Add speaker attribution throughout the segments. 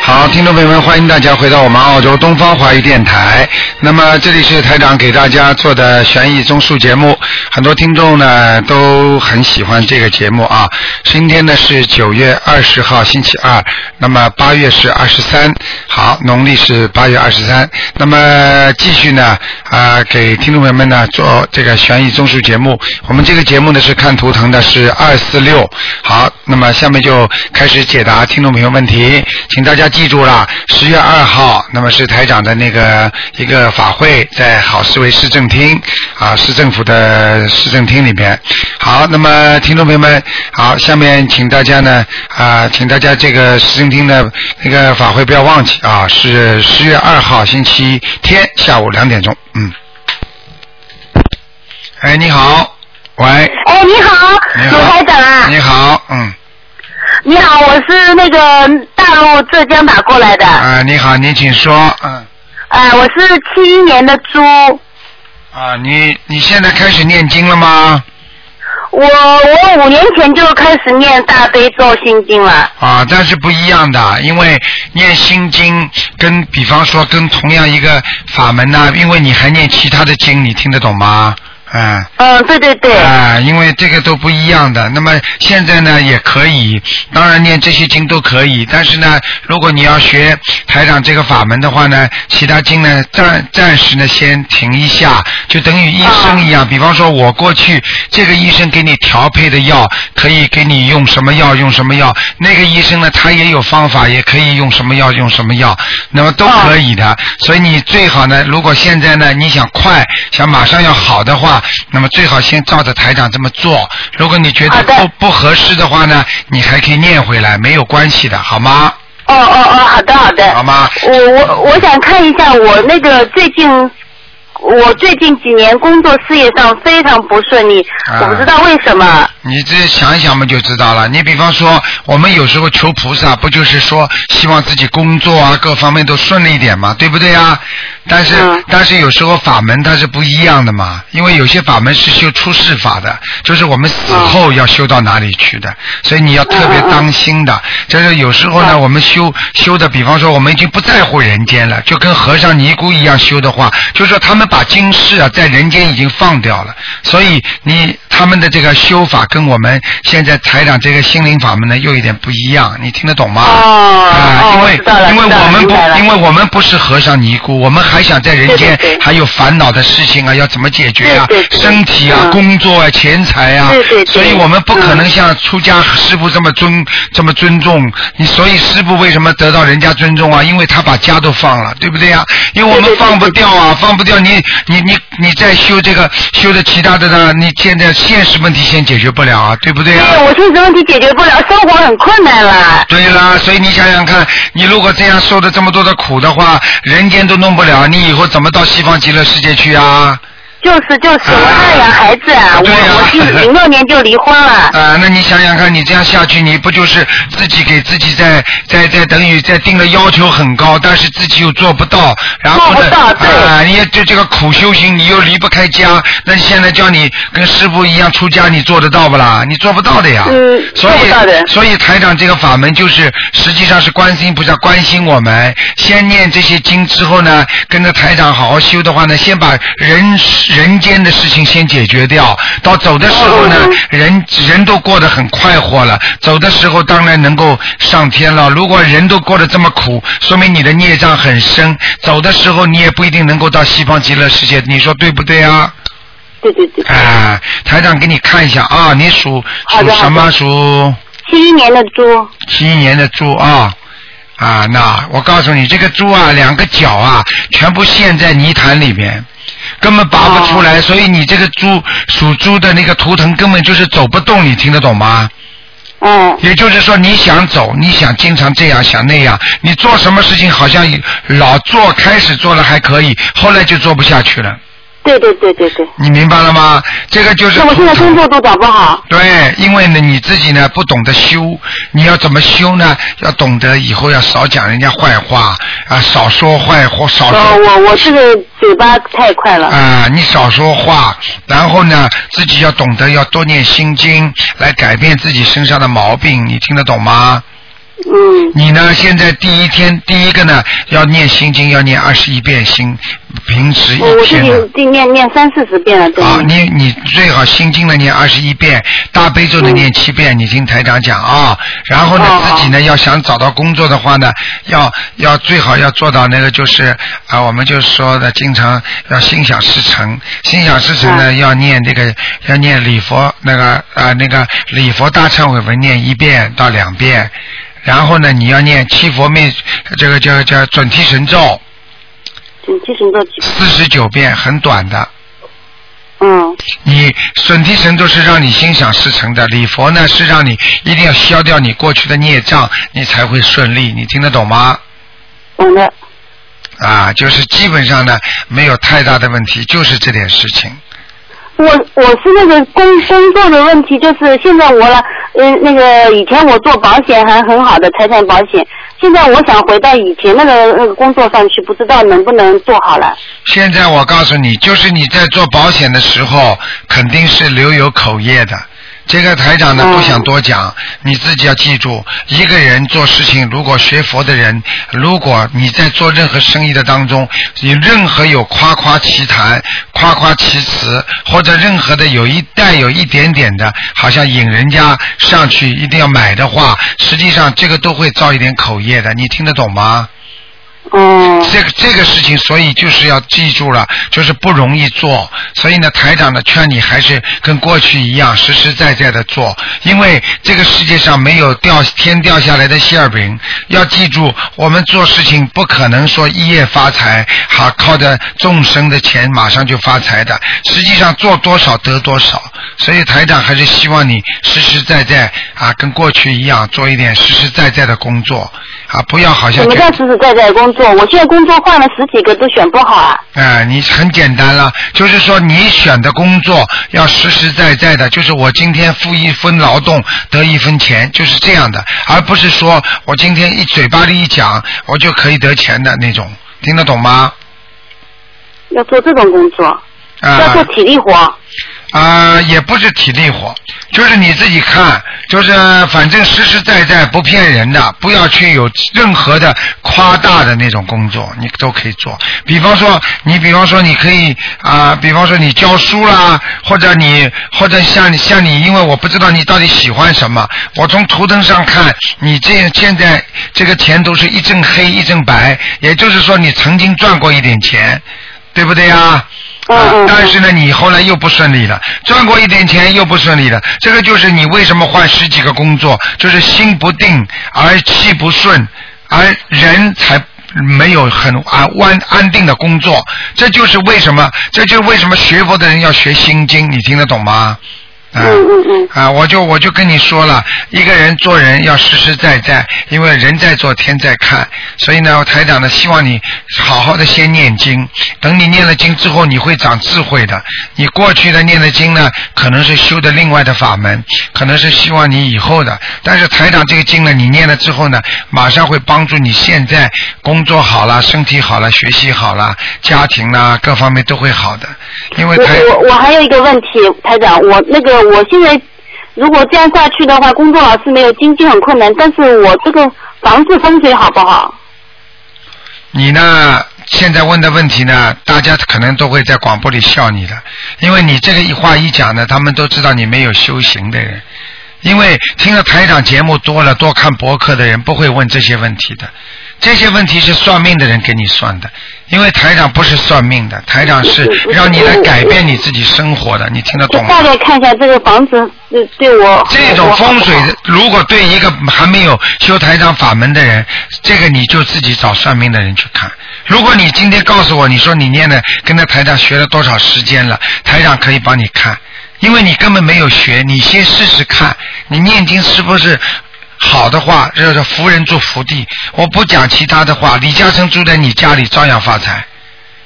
Speaker 1: 好，听众朋友们，欢迎大家回到我们澳洲东方华语电台。那么这里是台长给大家做的悬疑综述节目，很多听众呢都很喜欢这个节目啊。今天呢是九月二十号星期二，那么八月是二十三，好，农历是八月二十三。那么继续呢啊、给听众朋友们呢做这个悬疑综述节目。我们这个节目呢是看图腾的，是二四六。好，那么下面就开始解答听众朋友问题，请大家记住了，十月二号，那么是台长的那个一个法会，在好思维市政厅啊，市政府的市政厅里面。好，那么听众朋友们，好，下面请大家呢啊，请大家这个市政厅的那个法会不要忘记啊，是十月二号星期天下午两点钟，嗯。哎，你好，喂，
Speaker 2: 哎，你好，
Speaker 1: 你
Speaker 2: 卢
Speaker 1: 好
Speaker 2: 台长啊，
Speaker 1: 你好，嗯，
Speaker 2: 你好，我是那个大陆浙江打过来的，
Speaker 1: 啊、你好，你请说，嗯，
Speaker 2: 呃，我是七一年的猪，
Speaker 1: 啊，你你现在开始念经了吗？
Speaker 2: 我我五年前就开始念大悲咒心经了，
Speaker 1: 啊，但是不一样的，因为念心经跟比方说跟同样一个法门呐、因为你还念其他的经，你听得懂吗？嗯。
Speaker 2: 嗯，对对对，
Speaker 1: 啊，因为这个都不一样的。那么现在呢，也可以，当然念这些经都可以。但是呢，如果你要学台长这个法门的话呢，其他经呢暂暂时呢先停一下，就等于医生一样。
Speaker 2: 啊
Speaker 1: 比方说，我过去这个医生给你调配的药，可以给你用什么药用什么药，那个医生呢他也有方法，也可以用什么药用什么药，那么都可以
Speaker 2: 啊
Speaker 1: 的。所以你最好呢，如果现在呢你想快，想马上要好的话，那么最好先照着台长这么做。如果你觉得
Speaker 2: 好的
Speaker 1: 不不合适的话呢，你还可以念回来，没有关系的，好吗？
Speaker 2: 哦哦哦，好的好的，
Speaker 1: 好吗？
Speaker 2: 我我我想看一下我那个最近。我最近几年工作事业上非常不顺利，
Speaker 1: 啊
Speaker 2: 我不知道为什么。
Speaker 1: 你自己想一想嘛，就知道了。你比方说，我们有时候求菩萨，不就是说希望自己工作啊各方面都顺利一点嘛，对不对啊？但是、
Speaker 2: 嗯
Speaker 1: 但是有时候法门它是不一样的嘛，因为有些法门是修出世法的，就是我们死后要修到哪里去的，所以你要特别当心的。就是有时候呢，
Speaker 2: 嗯
Speaker 1: 我们修修的，比方说我们已经不在乎人间了，就跟和尚尼姑一样修的话，就说他们把今世啊在人间已经放掉了，所以你他们的这个修法跟我们现在台长这个心灵法门呢又有点不一样，你听得懂吗？
Speaker 2: 哦
Speaker 1: 啊，因
Speaker 2: 哦，
Speaker 1: 为
Speaker 2: 我知道了，
Speaker 1: 因为
Speaker 2: 知道了
Speaker 1: 我们
Speaker 2: 明
Speaker 1: 不
Speaker 2: 白了
Speaker 1: 因为我们不是和尚尼姑，我们还想在人
Speaker 2: 对
Speaker 1: 间
Speaker 2: 对对
Speaker 1: 还有烦恼的事情啊，要怎么解决啊
Speaker 2: 对对？对
Speaker 1: 身体啊，
Speaker 2: 嗯
Speaker 1: 工作啊，钱财啊
Speaker 2: 对对，对
Speaker 1: 所以我们不可能
Speaker 2: 嗯
Speaker 1: 像出家师傅这么尊这么尊重你，所以师傅为什么得到人家尊重啊？因为他把家都放了，对不对呀？因为我们
Speaker 2: 对对对
Speaker 1: 放不掉啊，放不掉你你你你再修这个修的其他的呢，你现在现实问题先解决不了啊，啊对不对呀？
Speaker 2: 对，哎我现实问题解决不了，生活很困难了。
Speaker 1: 对啦，所以你想想看，你如果这样受了这么多的苦的话，人间都弄不了，你以后怎么到西方极乐世界去啊？
Speaker 2: 就是就是，我
Speaker 1: 啊
Speaker 2: 还养孩子啊，
Speaker 1: 对啊
Speaker 2: 我我是零六年就离婚了
Speaker 1: 啊、。那你想想看，你这样下去，你不就是自己给自己在在在等于在定的要求很高，但是自己又做不到，然后呢，
Speaker 2: 做不到
Speaker 1: 啊、
Speaker 2: 对
Speaker 1: 你也就这个苦修行，你又离不开家，那你现在叫你跟师傅一样出家，你做得到不啦？你做不到的呀。
Speaker 2: 嗯
Speaker 1: 所
Speaker 2: 做不到的
Speaker 1: 以所以台长这个法门就是实际上是观世音菩萨关心我们，先念这些经之后呢，跟着台长好好修的话呢，先把人人间的事情先解决掉，到走的时候呢，
Speaker 2: 嗯
Speaker 1: 人人都过得很快活了，走的时候当然能够上天了。如果人都过得这么苦，说明你的孽障很深，走的时候你也不一定能够到西方极乐世界，你说对不对啊？
Speaker 2: 对对对，
Speaker 1: 哎，台长给你看一下啊，你属
Speaker 2: 好
Speaker 1: 属
Speaker 2: 的
Speaker 1: 什
Speaker 2: 好
Speaker 1: 么
Speaker 2: 的
Speaker 1: 属？
Speaker 2: 七一年的猪，
Speaker 1: 七一年的猪啊啊，那我告诉你，这个猪啊，两个脚啊，全部陷在泥潭里面，根本拔不出
Speaker 2: 哦
Speaker 1: 来，所以你这个猪属猪的那个图腾根本就是走不动，你听得懂吗？
Speaker 2: 嗯，
Speaker 1: 也就是说，你想走，你想经常这样想那样，你做什么事情好像老做，开始做了还可以，后来就做不下去了，
Speaker 2: 对对对对对。
Speaker 1: 你明白了吗？这个就是
Speaker 2: 那我现在
Speaker 1: 图
Speaker 2: 工
Speaker 1: 腾
Speaker 2: 作都找不好。
Speaker 1: 对，因为呢你自己呢不懂得修，你要怎么修呢？要懂得以后要少讲人家坏话啊，少说坏话，少说
Speaker 2: 呃，我我这个嘴巴太快了。
Speaker 1: 啊、你少说话，然后呢，自己要懂得要多念心经，来改变自己身上的毛病，你听得懂吗？
Speaker 2: 嗯
Speaker 1: 你呢，现在第一天第一个呢，要念心经，要念二十一遍心，平时
Speaker 2: 哦我
Speaker 1: 一
Speaker 2: 我
Speaker 1: 天
Speaker 2: 最
Speaker 1: 呢。
Speaker 2: 近定念念三四十遍了，对
Speaker 1: 啊
Speaker 2: 吗，？
Speaker 1: 嗯你你最好心经呢念二十一遍，大悲咒呢
Speaker 2: 嗯
Speaker 1: 念七遍，你听台长讲啊。然后呢，
Speaker 2: 哦哦
Speaker 1: 自己呢要想找到工作的话呢，要要最好要做到那个就是啊，我们就说的经常要心想事成，心想事成呢
Speaker 2: 嗯
Speaker 1: 要念这个要念礼佛那个啊那个礼佛大忏悔文念一遍到两遍，然后呢你要念七佛灭这个叫叫准提神咒
Speaker 2: 准提神咒几
Speaker 1: 四十九遍，很短的。
Speaker 2: 嗯
Speaker 1: 你损提神都是让你心想事成的，礼佛呢是让你一定要消掉你过去的孽障，你才会顺利。你听得懂吗？
Speaker 2: 懂的
Speaker 1: 啊，就是基本上呢没有太大的问题，就是这点事情。
Speaker 2: 我我是那个工工作的问题，就是现在我了，嗯，那个以前我做保险还很好的财产保险，现在我想回到以前那个那个工作上去，不知道能不能做好了。
Speaker 1: 现在我告诉你，就是你在做保险的时候，肯定是留有口业的。这个台长呢
Speaker 2: 嗯
Speaker 1: 不想多讲，你自己要记住，一个人做事情，如果学佛的人，如果你在做任何生意的当中，你任何有夸夸其谈、夸夸其词，或者任何的有一带有一点点的，好像引人家上去一定要买的话，实际上这个都会造一点口业的，你听得懂吗？
Speaker 2: 嗯
Speaker 1: 这个这个事情，所以就是要记住了，就是不容易做。所以呢，台长呢劝你还是跟过去一样，实实在在的做，因为这个世界上没有掉天掉下来的馅儿饼。要记住，我们做事情不可能说一夜发财，好靠着众生的钱马上就发财的。实际上做多少得多少，所以台长还是希望你实实在在啊，跟过去一样做一点实实在在的工作啊，不要好像
Speaker 2: 什么
Speaker 1: 觉
Speaker 2: 叫
Speaker 1: 得
Speaker 2: 实实在在工作？我现在工作换了十几个都选不好啊。
Speaker 1: 哎、你很简单了，就是说你选的工作要实实在在的，就是我今天付一分劳动得一分钱，就是这样的，而不是说我今天一嘴巴里一讲我就可以得钱的那种，听得懂吗？
Speaker 2: 要做这种工作，
Speaker 1: 啊、
Speaker 2: 要做体力活。
Speaker 1: 啊、也不是体力活，就是你自己看，就是反正实实在在不骗人的，不要去有任何的夸大的那种工作，你都可以做。比方说，你比方说你可以啊、比方说你教书啦，或者你或者像你像你，因为我不知道你到底喜欢什么，我从图腾上看，你这现在这个钱都是一阵黑一阵白，也就是说你曾经赚过一点钱，对不对呀？
Speaker 2: 嗯
Speaker 1: 啊
Speaker 2: 嗯，
Speaker 1: 但是呢，你后来又不顺利了，赚过一点钱又不顺利了，这个就是你为什么换十几个工作，就是心不定而气不顺，而人才没有很安安安定的工作，这就是为什么，这就是为什么学佛的人要学心经，你听得懂吗？
Speaker 2: 嗯
Speaker 1: 啊、
Speaker 2: 嗯嗯
Speaker 1: 啊，我就我就跟你说了，一个人做人要实实在在，因为人在做天在看，所以呢，台长呢希望你好好的先念经，等你念了经之后，你会长智慧的。你过去的念的经呢，可能是修的另外的法门，可能是希望你以后的，但是台长这个经呢，你念了之后呢，马上会帮助你现在工作好了，身体好了，学习好了，家庭啦各方面都会好的，因为
Speaker 2: 我
Speaker 1: 台
Speaker 2: 我我还有一个问题，台长，我那个我现在如果这样下去的话，工作老是没有，经济很困难，但是我这个房子风水好不好？
Speaker 1: 你呢？现在问的问题呢，大家可能都会在广播里笑你的，因为你这个一话一讲呢，他们都知道你没有修行的人，因为听了台长节目多了，多看博客的人不会问这些问题的，这些问题是算命的人给你算的，因为台长不是算命的，台长是让你来改变你自己生活的，你听得
Speaker 2: 就
Speaker 1: 懂吗？
Speaker 2: 大概看一下这个房子对对我
Speaker 1: 这种风水的，如果对一个还没有修台长法门的人，这个你就自己找算命的人去看。如果你今天告诉我，你说你念的跟那台长学了多少时间了，台长可以帮你看，因为你根本没有学，你先试试看，你念经是不是好的话，就是福人住福地。我不讲其他的话，李嘉诚住在你家里照样发财，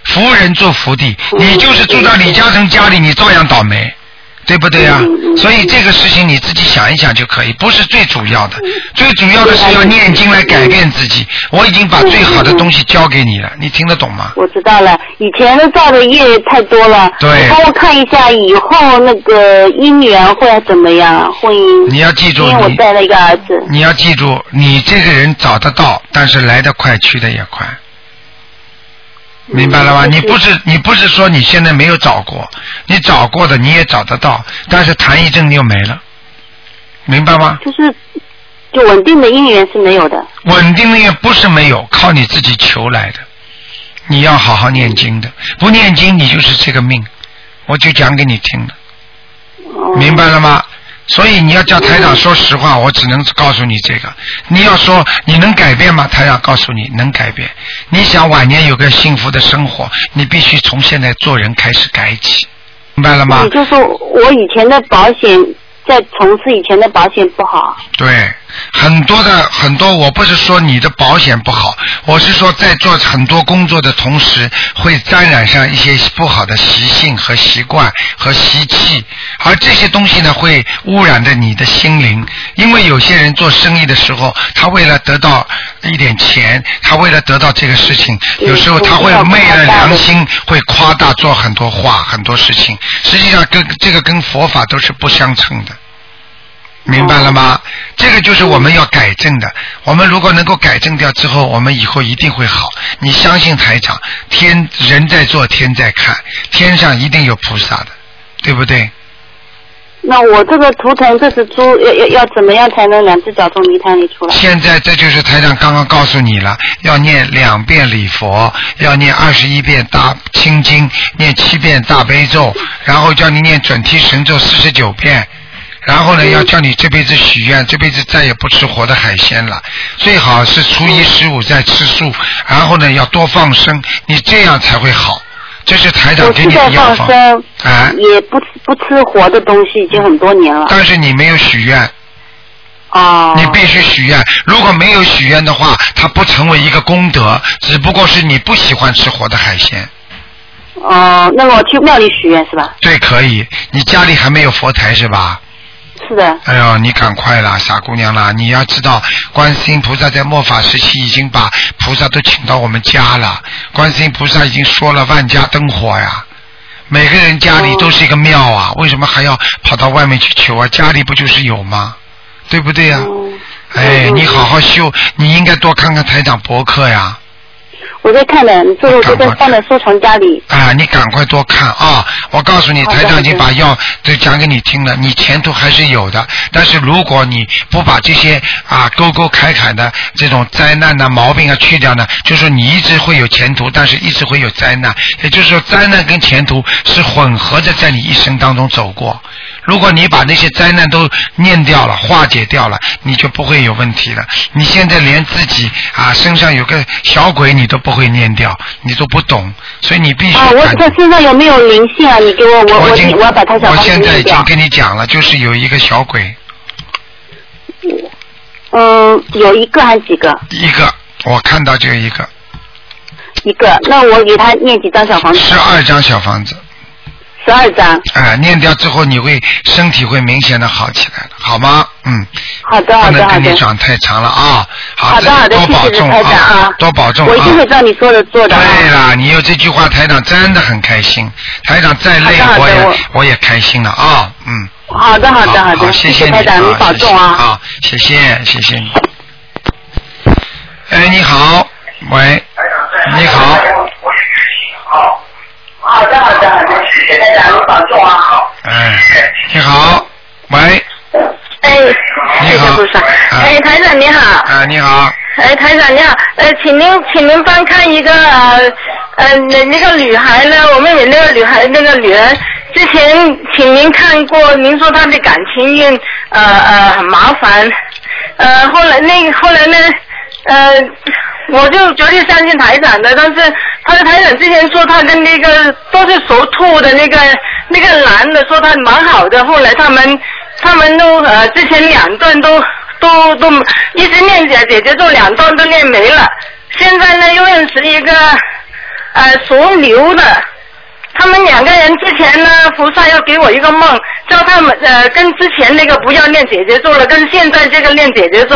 Speaker 1: 福人住福地，你就是住到李嘉诚家里，你照样倒霉。对不对呀、所以这个事情你自己想一想就可以，不是最主要的。最主要的是要念经来改变自己。我已经把最好的东西交给你了，你听得懂吗？
Speaker 2: 我知道了，以前的造的业太多了。
Speaker 1: 对
Speaker 2: 你帮我看一下以后那个姻缘会怎么样啊？婚姻。
Speaker 1: 你要记住
Speaker 2: 因为我
Speaker 1: 你
Speaker 2: 带了一个儿子。
Speaker 1: 你要记住，你这个人找得到，但是来得快，去得也快。明白
Speaker 3: 嗯
Speaker 1: 了吧？
Speaker 2: 嗯
Speaker 1: 你不是你不是说你现在没有找过，你找过的你也找得到，但是谈一阵又没了，明白吗？
Speaker 2: 就是就稳定的姻缘是没有的。
Speaker 1: 稳定的也不是没有，靠你自己求来的。你要好好念经的，不念经你就是这个命，我就讲给你听了。明白了吗？所以你要叫台长说实话，我只能告诉你这个。你要说你能改变吗？台长告诉你能改变。你想晚年有个幸福的生活，你必须从现在做人开始改起，明白了吗
Speaker 2: 也？就是说我以前的保险，在从事以前的保险不好。
Speaker 1: 对，很多的很多，我不是说你的保险不好，我是说在做很多工作的同时，会沾染上一些不好的习性和习惯和习气，而这些东西呢，会污染着你的心灵。因为有些人做生意的时候，他为了得到一点钱，他为了得到这个事情，有时候他会昧了良心，会夸大做很多话、很多事情，实际上跟这个跟佛法都是不相称的。明白了吗？这个就是我们要改正的。我们如果能够改正掉之后，我们以后一定会好。你相信台长，天人在做，天在看，天上一定有菩萨的，对不对？
Speaker 2: 那我这个图腾这只猪要要要怎么样才能两只脚从泥潭里出来？
Speaker 1: 现在这就是台长刚刚告诉你了，要念两遍礼佛，要念二十一遍大清经，念七遍大悲咒，
Speaker 2: 嗯
Speaker 1: 然后叫你念准提神咒四十九遍，然后
Speaker 2: 嗯
Speaker 1: 呢要叫你这辈子许愿，这辈子再也不吃活的海鲜了，最好是初一十五再吃素，然后呢要多放生，你这样才会好。这是台长
Speaker 2: 我
Speaker 1: 给
Speaker 2: 是
Speaker 1: 你
Speaker 2: 在
Speaker 1: 的药
Speaker 2: 放
Speaker 1: 方，
Speaker 2: 生，
Speaker 1: 哎，
Speaker 2: 也不吃不吃活的东西，已经很多年了。
Speaker 1: 但是你没有许愿，
Speaker 2: 哦，
Speaker 1: 你必须许愿，如果没有许愿的话，它不成为一个功德，只不过是你不喜欢吃活的海鲜。
Speaker 2: 哦，那么我去庙里许愿是吧？
Speaker 1: 对，可以。你家里还没有佛台是吧？
Speaker 2: 是的。
Speaker 1: 哎呦，你赶快啦，傻姑娘啦！你要知道，观世音菩萨在末法时期已经把菩萨都请到我们家了。观世音菩萨已经说了，万家灯火呀，每个人家里都是一个庙啊，为什么还要跑到外面去求啊？家里不就是有吗？对不对呀、
Speaker 2: 嗯
Speaker 1: 哎，你好好修，你应该多看看台长博客呀。
Speaker 2: 我在看的，这个我就在放在收藏家里。
Speaker 1: 啊，你赶快多看啊！我告诉你，
Speaker 2: 好的
Speaker 1: 台长已经
Speaker 2: 好的
Speaker 1: 把药都讲给你听了，你前途还是有的。但是如果你不把这些啊沟沟坎坎的这种灾难呐、毛病啊去掉呢，就是你一直会有前途，但是一直会有灾难。 也就是说，灾难跟前途是混合着在你一生当中走过。如果你把那些灾难都念掉了、化解掉了，你就不会有问题了。你现在连自己啊身上有个小鬼你都不会念掉，你都不懂，所以你必须
Speaker 2: 啊，我
Speaker 1: 感
Speaker 2: 他身上有没有灵性啊？你给我，我
Speaker 1: 已经
Speaker 2: 我我要把他小
Speaker 1: 我
Speaker 2: 房子
Speaker 1: 现在已
Speaker 2: 念
Speaker 1: 经
Speaker 2: 掉。
Speaker 1: 跟你讲了，就是有一个小鬼，
Speaker 2: 嗯，有一个还几个？
Speaker 1: 一个我看到就有一个
Speaker 2: 一个。那我给他念几张小房子？
Speaker 1: 十二张小房子，
Speaker 2: 十二张。
Speaker 1: 哎、念掉之后你会身体会明显的好起来的，好吗？嗯，
Speaker 2: 好的，
Speaker 1: 不
Speaker 2: 好的，
Speaker 1: 能
Speaker 2: 好
Speaker 1: 跟
Speaker 2: 的
Speaker 1: 你。讲太长了啊，好，
Speaker 2: 好
Speaker 1: 自
Speaker 2: 的，好的，
Speaker 1: 己多
Speaker 2: 谢
Speaker 1: 保
Speaker 2: 谢
Speaker 1: 重
Speaker 2: 台长
Speaker 1: 啊，多保重啊。
Speaker 2: 我一定会照你说的做的啊。
Speaker 1: 对啦，你有这句话，台长真的很开心。台长再累，
Speaker 2: 好的好的
Speaker 1: 我也
Speaker 2: 我
Speaker 1: 我也开心了啊、嗯，
Speaker 2: 好的，好的，
Speaker 1: 好
Speaker 2: 的，
Speaker 1: 谢
Speaker 2: 谢
Speaker 1: 你
Speaker 2: 台长，你保重啊。
Speaker 1: 啊，谢谢谢谢你。哎，你好，喂，你好，
Speaker 2: 好的，好的，好的，谢谢台长，你保重啊。
Speaker 1: 哎，你好，喂，
Speaker 4: 哎，
Speaker 1: 你
Speaker 4: 谢谢
Speaker 1: 好
Speaker 4: 菩萨。
Speaker 1: 啊
Speaker 4: 哎，台长你好，
Speaker 1: 啊，你好，
Speaker 4: 哎，台长你好，呃，请您请您帮看一个呃呃那那个女孩呢，我妹妹那个女孩那个女儿，之前请您看过，您说她的感情运呃呃很麻烦，呃后来那个后来呢呃我就决定相信台长的，但是他的台长之前说他跟那个都是属兔的那个那个男的说他蛮好的，后来他们他们都呃之前两段都都都一直念姐姐姐咒两段都念没了，现在呢又认识一个呃属牛的，他们两个人之前呢，菩萨要给我一个梦，叫他们呃跟之前那个不要练姐姐咒了，跟现在这个练姐姐咒。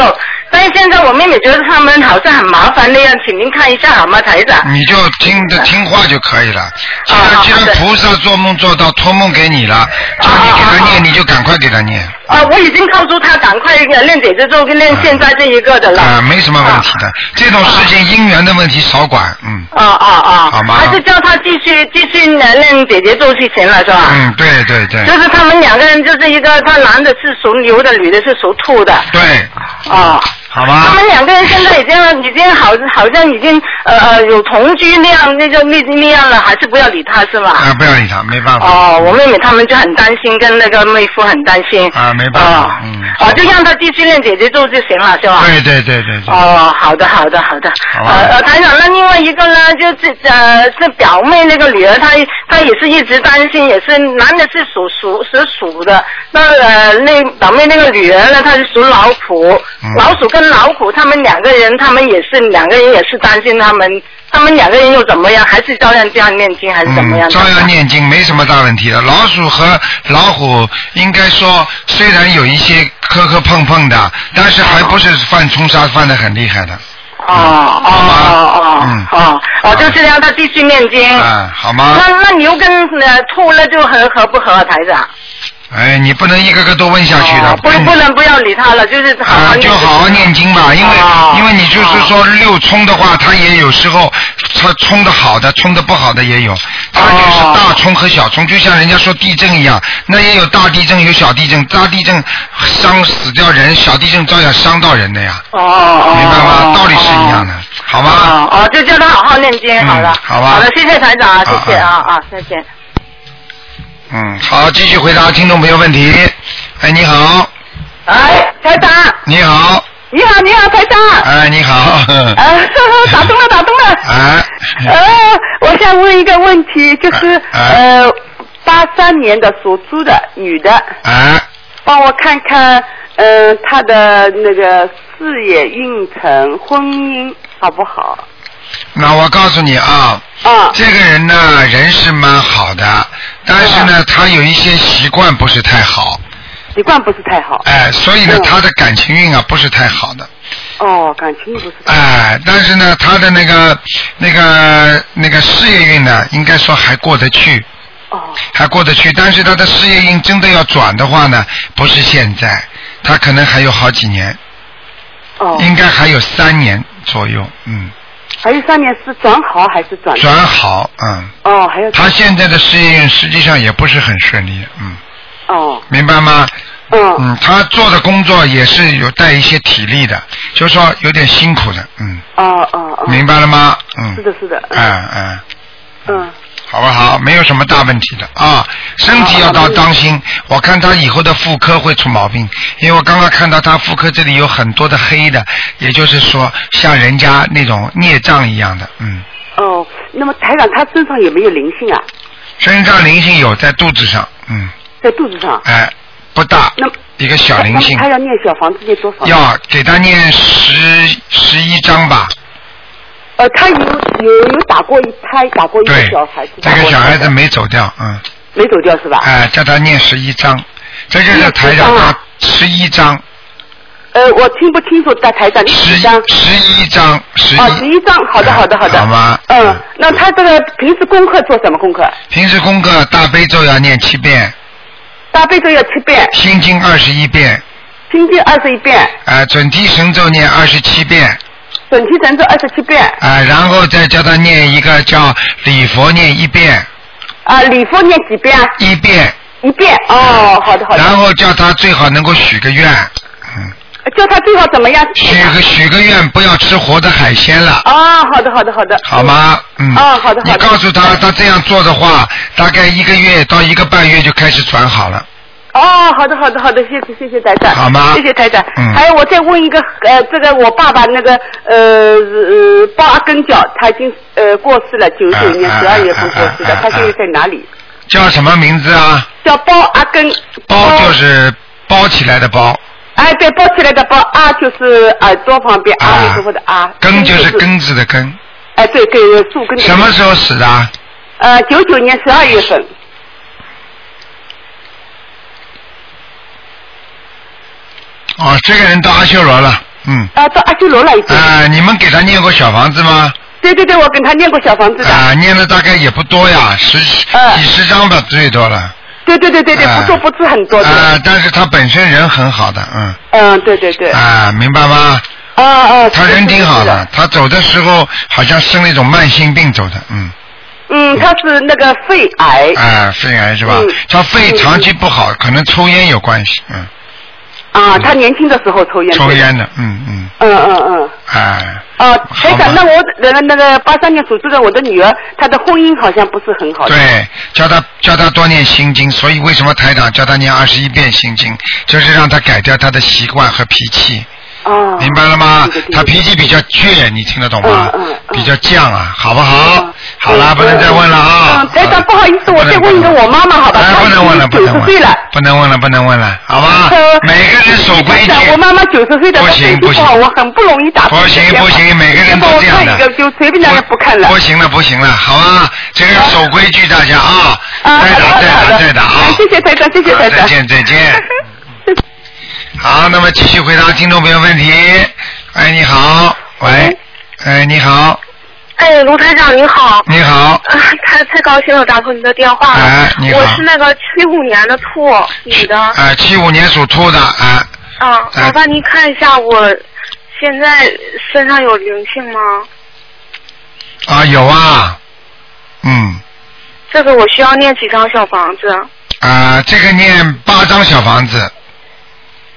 Speaker 4: 但是现在我妹妹觉得他们好像很麻烦那样，请您看一下好吗，台长？
Speaker 1: 你就听着听话就可以了。既然
Speaker 2: 哦
Speaker 4: 啊
Speaker 1: 既
Speaker 4: 好的
Speaker 1: 然菩萨做梦做到托梦给你了，叫你给
Speaker 2: 哦
Speaker 1: 他念，你就赶快给他念。
Speaker 4: 啊，我已经告诉他赶快呃练姐姐咒跟练现在这一个的了。
Speaker 1: 啊，没什么问题的，这种事情姻缘的问题少管，嗯
Speaker 4: 啊啊啊！
Speaker 1: 好吗
Speaker 4: 还是叫他继续继续呃练姐姐咒就行了，是吧？
Speaker 1: 嗯，对对对
Speaker 4: 啊就是他们两个人，就是一个他男的是属牛的，女的是属兔的。
Speaker 1: 对，
Speaker 4: 哦，他
Speaker 1: 好吧，
Speaker 4: 们两个人现在已经已经好好像已经呃呃有同居那样那就那那样了，还是不要理他是吧？
Speaker 1: 啊，不要理他，没办法，
Speaker 4: 哦，我妹妹他们就很担心，跟那个妹夫很担心。
Speaker 1: 啊没办法
Speaker 4: 哦
Speaker 1: 嗯
Speaker 4: 哦，就让他继续练姐姐咒就行了，是吧？
Speaker 1: 对对对对对，
Speaker 4: 哦，好的，好的，好的。
Speaker 1: 好吧
Speaker 4: 呃呃，台长，那另外一个呢，就是呃是表妹那个女儿，她她也是一直担心，也是男的是属鼠是鼠的，那呃那表妹那个女儿呢，她是属老虎，
Speaker 1: 嗯
Speaker 4: 老鼠跟老虎，他们两个人，他们也是两个人也是担心他们，他们两个人又怎么样？还是照样这样念经，还是怎么样？
Speaker 1: 嗯，照样。念经没什么大问题的。老鼠和老虎应该说虽然有一些磕磕碰碰的，但是
Speaker 4: 啊
Speaker 1: 还不是犯冲杀犯的很厉害的。
Speaker 4: 哦哦哦
Speaker 1: 嗯
Speaker 4: 哦哦哦，就是让她继续念经。
Speaker 1: 啊，好吗？
Speaker 4: 嗯那那牛跟呃兔那就合合不合啊，台长？
Speaker 1: 哎，你不能一个个都问下去的。
Speaker 4: 哦不
Speaker 1: 跟你
Speaker 4: 不能不要理他了，就是好好
Speaker 1: 啊，
Speaker 4: 念
Speaker 1: 就好好念经吧，因为、
Speaker 4: 哦
Speaker 1: 因为你就是说六冲的话，他也有时候他冲的好的，冲的不好的也有，他就是
Speaker 4: 哦
Speaker 1: 大冲和小冲，就像人家说地震一样，那也有大地震，有小地震，大地震伤死掉人，小地震照样伤到人的呀，
Speaker 4: 哦哦，
Speaker 1: 明白
Speaker 4: 哦
Speaker 1: 吗？道理是一样的。，好
Speaker 4: 好
Speaker 1: 吗？
Speaker 4: 哦哦，就叫他好好念经，
Speaker 1: 嗯
Speaker 4: 好了，
Speaker 1: 好吧
Speaker 4: 好的，谢谢台长啊，
Speaker 1: 啊
Speaker 4: 谢谢啊啊，再见。
Speaker 1: 嗯，好，继续回答听众朋友问题。哎，你好，
Speaker 5: 哎，台长，
Speaker 1: 你好，
Speaker 5: 你好，你好，台 长，
Speaker 1: 哎，你好，
Speaker 5: 呃，打通了，打通了，
Speaker 1: 哎，
Speaker 5: 呃，我想问一个问题，就是
Speaker 1: 哎哎
Speaker 5: 呃，八三年的属猪的女的，
Speaker 1: 哎，
Speaker 5: 帮我看看，呃，她的那个事业运程、婚姻好不好？
Speaker 1: 那我告诉你啊，
Speaker 5: 啊，
Speaker 1: 这个人呢，人是蛮好的，但是呢，他有一些习惯不是太好，
Speaker 5: 嗯习惯不是太好，
Speaker 1: 哎，所以呢
Speaker 5: 嗯，
Speaker 1: 他的感情运啊不是太好的，
Speaker 5: 哦，感情不是太好，
Speaker 1: 哎，但是呢，他的那个那个那个事业运呢，应该说还过得去，
Speaker 5: 哦，
Speaker 1: 还过得去，但是他的事业运真的要转的话呢，不是现在，他可能还有好几年，
Speaker 5: 哦，
Speaker 1: 应该还有三年左右，嗯，
Speaker 5: 还有三年是转好还是转？
Speaker 1: 转好，嗯，
Speaker 5: 哦，还有
Speaker 1: 他现在的事业运实际上也不是很顺利，嗯，
Speaker 5: 哦，
Speaker 1: 明白吗？
Speaker 5: 嗯，
Speaker 1: 嗯，他做的工作也是有带一些体力的，就是说有点辛苦的，嗯，
Speaker 5: 哦哦哦，
Speaker 1: 明白了吗？嗯，
Speaker 5: 是的，是的，
Speaker 1: 嗯嗯，
Speaker 5: 嗯，
Speaker 1: 好不好？没有什么大问题的啊，身体要当当心，我看他以后的妇科会出毛病，因为我刚刚看到他妇科这里有很多的黑的，也就是说像人家那种孽障一样的，嗯，
Speaker 5: 哦，那么台长他身上有没有灵性啊？
Speaker 1: 身上灵性有在肚子上，嗯，
Speaker 5: 在肚子上。
Speaker 1: 哎，不大
Speaker 5: 那，
Speaker 1: 一个小灵性
Speaker 5: 他，要念小房子念多少？。
Speaker 1: 要给他念十十一章吧，
Speaker 5: 呃，他有有有打过一胎，打过一个
Speaker 1: 对
Speaker 5: 小孩子，。
Speaker 1: 这
Speaker 5: 打过
Speaker 1: 个
Speaker 5: 一
Speaker 1: 小孩子
Speaker 5: 的
Speaker 1: 没走掉，嗯，
Speaker 5: 没走掉是吧？
Speaker 1: 哎、叫他念十一章，这就是台长
Speaker 5: 11章
Speaker 1: 他
Speaker 5: 啊
Speaker 1: 十一章，
Speaker 5: 呃，我听不清楚，大台长，你
Speaker 1: 十
Speaker 5: 几张？
Speaker 1: 十一章，十一、
Speaker 5: 哦，十一张，好的，
Speaker 1: 哎
Speaker 5: 好的，好的。
Speaker 1: 好吗
Speaker 5: 嗯，那他这个平时功课做什么功课？
Speaker 1: 平时功课大悲咒要念七遍，
Speaker 5: 大悲咒要七遍，
Speaker 1: 心经二十一遍，
Speaker 5: 心经二十一遍，
Speaker 1: 啊、准提神咒念二十七遍，
Speaker 5: 准提神咒二十七遍，
Speaker 1: 啊、然后再叫他念一个叫礼佛念一遍，
Speaker 5: 啊，礼佛念几遍啊？
Speaker 1: 一遍，
Speaker 5: 一遍。哦，好的，好
Speaker 1: 然
Speaker 5: 的。
Speaker 1: 后叫他最好能够许个愿，嗯，
Speaker 5: 叫他最好怎么样？
Speaker 1: 许个许个愿，不要吃活的海鲜了。
Speaker 5: 啊，好的，好的，好的。
Speaker 1: 好吗？嗯。
Speaker 5: 哦好的
Speaker 1: 你
Speaker 5: 好的
Speaker 1: 告诉他，他这样做的话，大概一个月到一个半月就开始转好了。
Speaker 5: 哦，好的，好的，好的，谢谢，谢谢台长，
Speaker 1: 好吗
Speaker 5: 谢谢台长。
Speaker 1: 嗯
Speaker 5: 还有，我再问一个，呃，这个我爸爸那个呃呃抱阿根脚，他已经呃过世了，九九年
Speaker 1: 啊啊
Speaker 5: 十二月份过世的，
Speaker 1: 啊啊啊
Speaker 5: 他现在在哪里？
Speaker 1: 叫什么名字啊？
Speaker 5: 叫包阿根。哦
Speaker 1: 包就是包起来的包，
Speaker 5: 哎，对，包起来的包，阿就是耳朵旁边，
Speaker 1: 啊
Speaker 5: 阿弥陀佛的阿。
Speaker 1: 根就是。根字的根。
Speaker 5: 哎，对，给树根的根。
Speaker 1: 什么时候死的啊？
Speaker 5: 呃？呃，九九年十二月份。
Speaker 1: 哦，这个人到阿修罗了，嗯，
Speaker 5: 啊，到阿修罗了已经。
Speaker 1: 啊、你们给他念过小房子吗？
Speaker 5: 对对对，我跟他念过小房子的。
Speaker 1: 啊、念了大概也不多呀，十
Speaker 5: 哎
Speaker 1: 几十张吧，最多了。
Speaker 5: 对对对对对，不多不是很多的。
Speaker 1: 啊、但是他本身人很好的，嗯，
Speaker 5: 嗯，对对对。啊
Speaker 1: 啊、明白吗？
Speaker 5: 啊。
Speaker 1: 他人挺好
Speaker 5: 是
Speaker 1: 的，。他走的时候好像生了一种慢性病走的，嗯，
Speaker 5: 嗯，他是那个肺癌
Speaker 1: 啊、肺癌是吧？
Speaker 5: 嗯
Speaker 1: 他肺长期不好，可能抽烟有关系，嗯，
Speaker 5: 啊，他年轻的时候抽烟。
Speaker 1: 抽。烟的，嗯嗯，
Speaker 5: 嗯嗯嗯。
Speaker 1: 哎、
Speaker 5: 啊，台
Speaker 1: 好吧
Speaker 5: 长，那我那个那个八三年属猪的我的女儿，她的婚姻好像不是很好。。
Speaker 1: 对，叫他叫他多念心经，所以为什么台长叫他念二十一遍心经，就是让他改掉他的习惯和脾气，
Speaker 5: 哦。
Speaker 1: 明白了吗
Speaker 5: 对对？对
Speaker 1: 他脾气比较倔，你听得懂吗
Speaker 5: 嗯嗯？嗯
Speaker 1: 比较犟啊，好不好
Speaker 5: 嗯？
Speaker 1: 好啦，
Speaker 5: 嗯
Speaker 1: 不能再问了啊。
Speaker 5: 嗯台长
Speaker 1: 啊
Speaker 5: 不好意思我再问一个我妈妈好吧
Speaker 1: 哎，
Speaker 5: 她
Speaker 1: 不能问了，
Speaker 5: 已
Speaker 1: 不
Speaker 5: 经
Speaker 1: 能
Speaker 5: 90岁
Speaker 1: 问
Speaker 5: 了
Speaker 1: 不能问了，不能问了，好吧
Speaker 5: 呃？
Speaker 1: 每个人守规矩
Speaker 5: 台。长我妈妈九十岁的，
Speaker 1: 不
Speaker 5: 她
Speaker 1: 行
Speaker 5: 水
Speaker 1: 不
Speaker 5: 不
Speaker 1: 行
Speaker 5: 好，我很不容易打
Speaker 1: 不
Speaker 5: 通
Speaker 1: 行
Speaker 5: 电话
Speaker 1: 不行，每个人都这
Speaker 5: 要不我看
Speaker 1: 样的
Speaker 5: 一个就随便大家不看了
Speaker 1: 不。不行了，不行了，好啊，这个要守规矩，大家啊。
Speaker 5: 啊，
Speaker 1: 再
Speaker 5: 好的好
Speaker 1: 打
Speaker 5: 的
Speaker 1: 再
Speaker 5: 好
Speaker 1: 打
Speaker 5: 的，
Speaker 1: 再打啊
Speaker 5: 哎！谢谢台长，谢谢
Speaker 1: 啊
Speaker 5: 台长。
Speaker 1: 再见 再见。好，那么继续回答听众朋友问题。哎，你好，喂，哎，你好，
Speaker 3: 哎，卢台长您好。
Speaker 1: 你好，
Speaker 3: 啊，太太高兴了，打通你的电话了。
Speaker 1: 哎你好
Speaker 3: 我是那个七五年的兔女的，
Speaker 1: 啊，七五年属兔的啊，
Speaker 3: 啊，
Speaker 1: 哎
Speaker 3: 麻烦您看一下我现在身上有灵性吗？
Speaker 1: 啊有啊，嗯，
Speaker 3: 这个我需要念几张小房子？
Speaker 1: 啊，这个念八张小房子，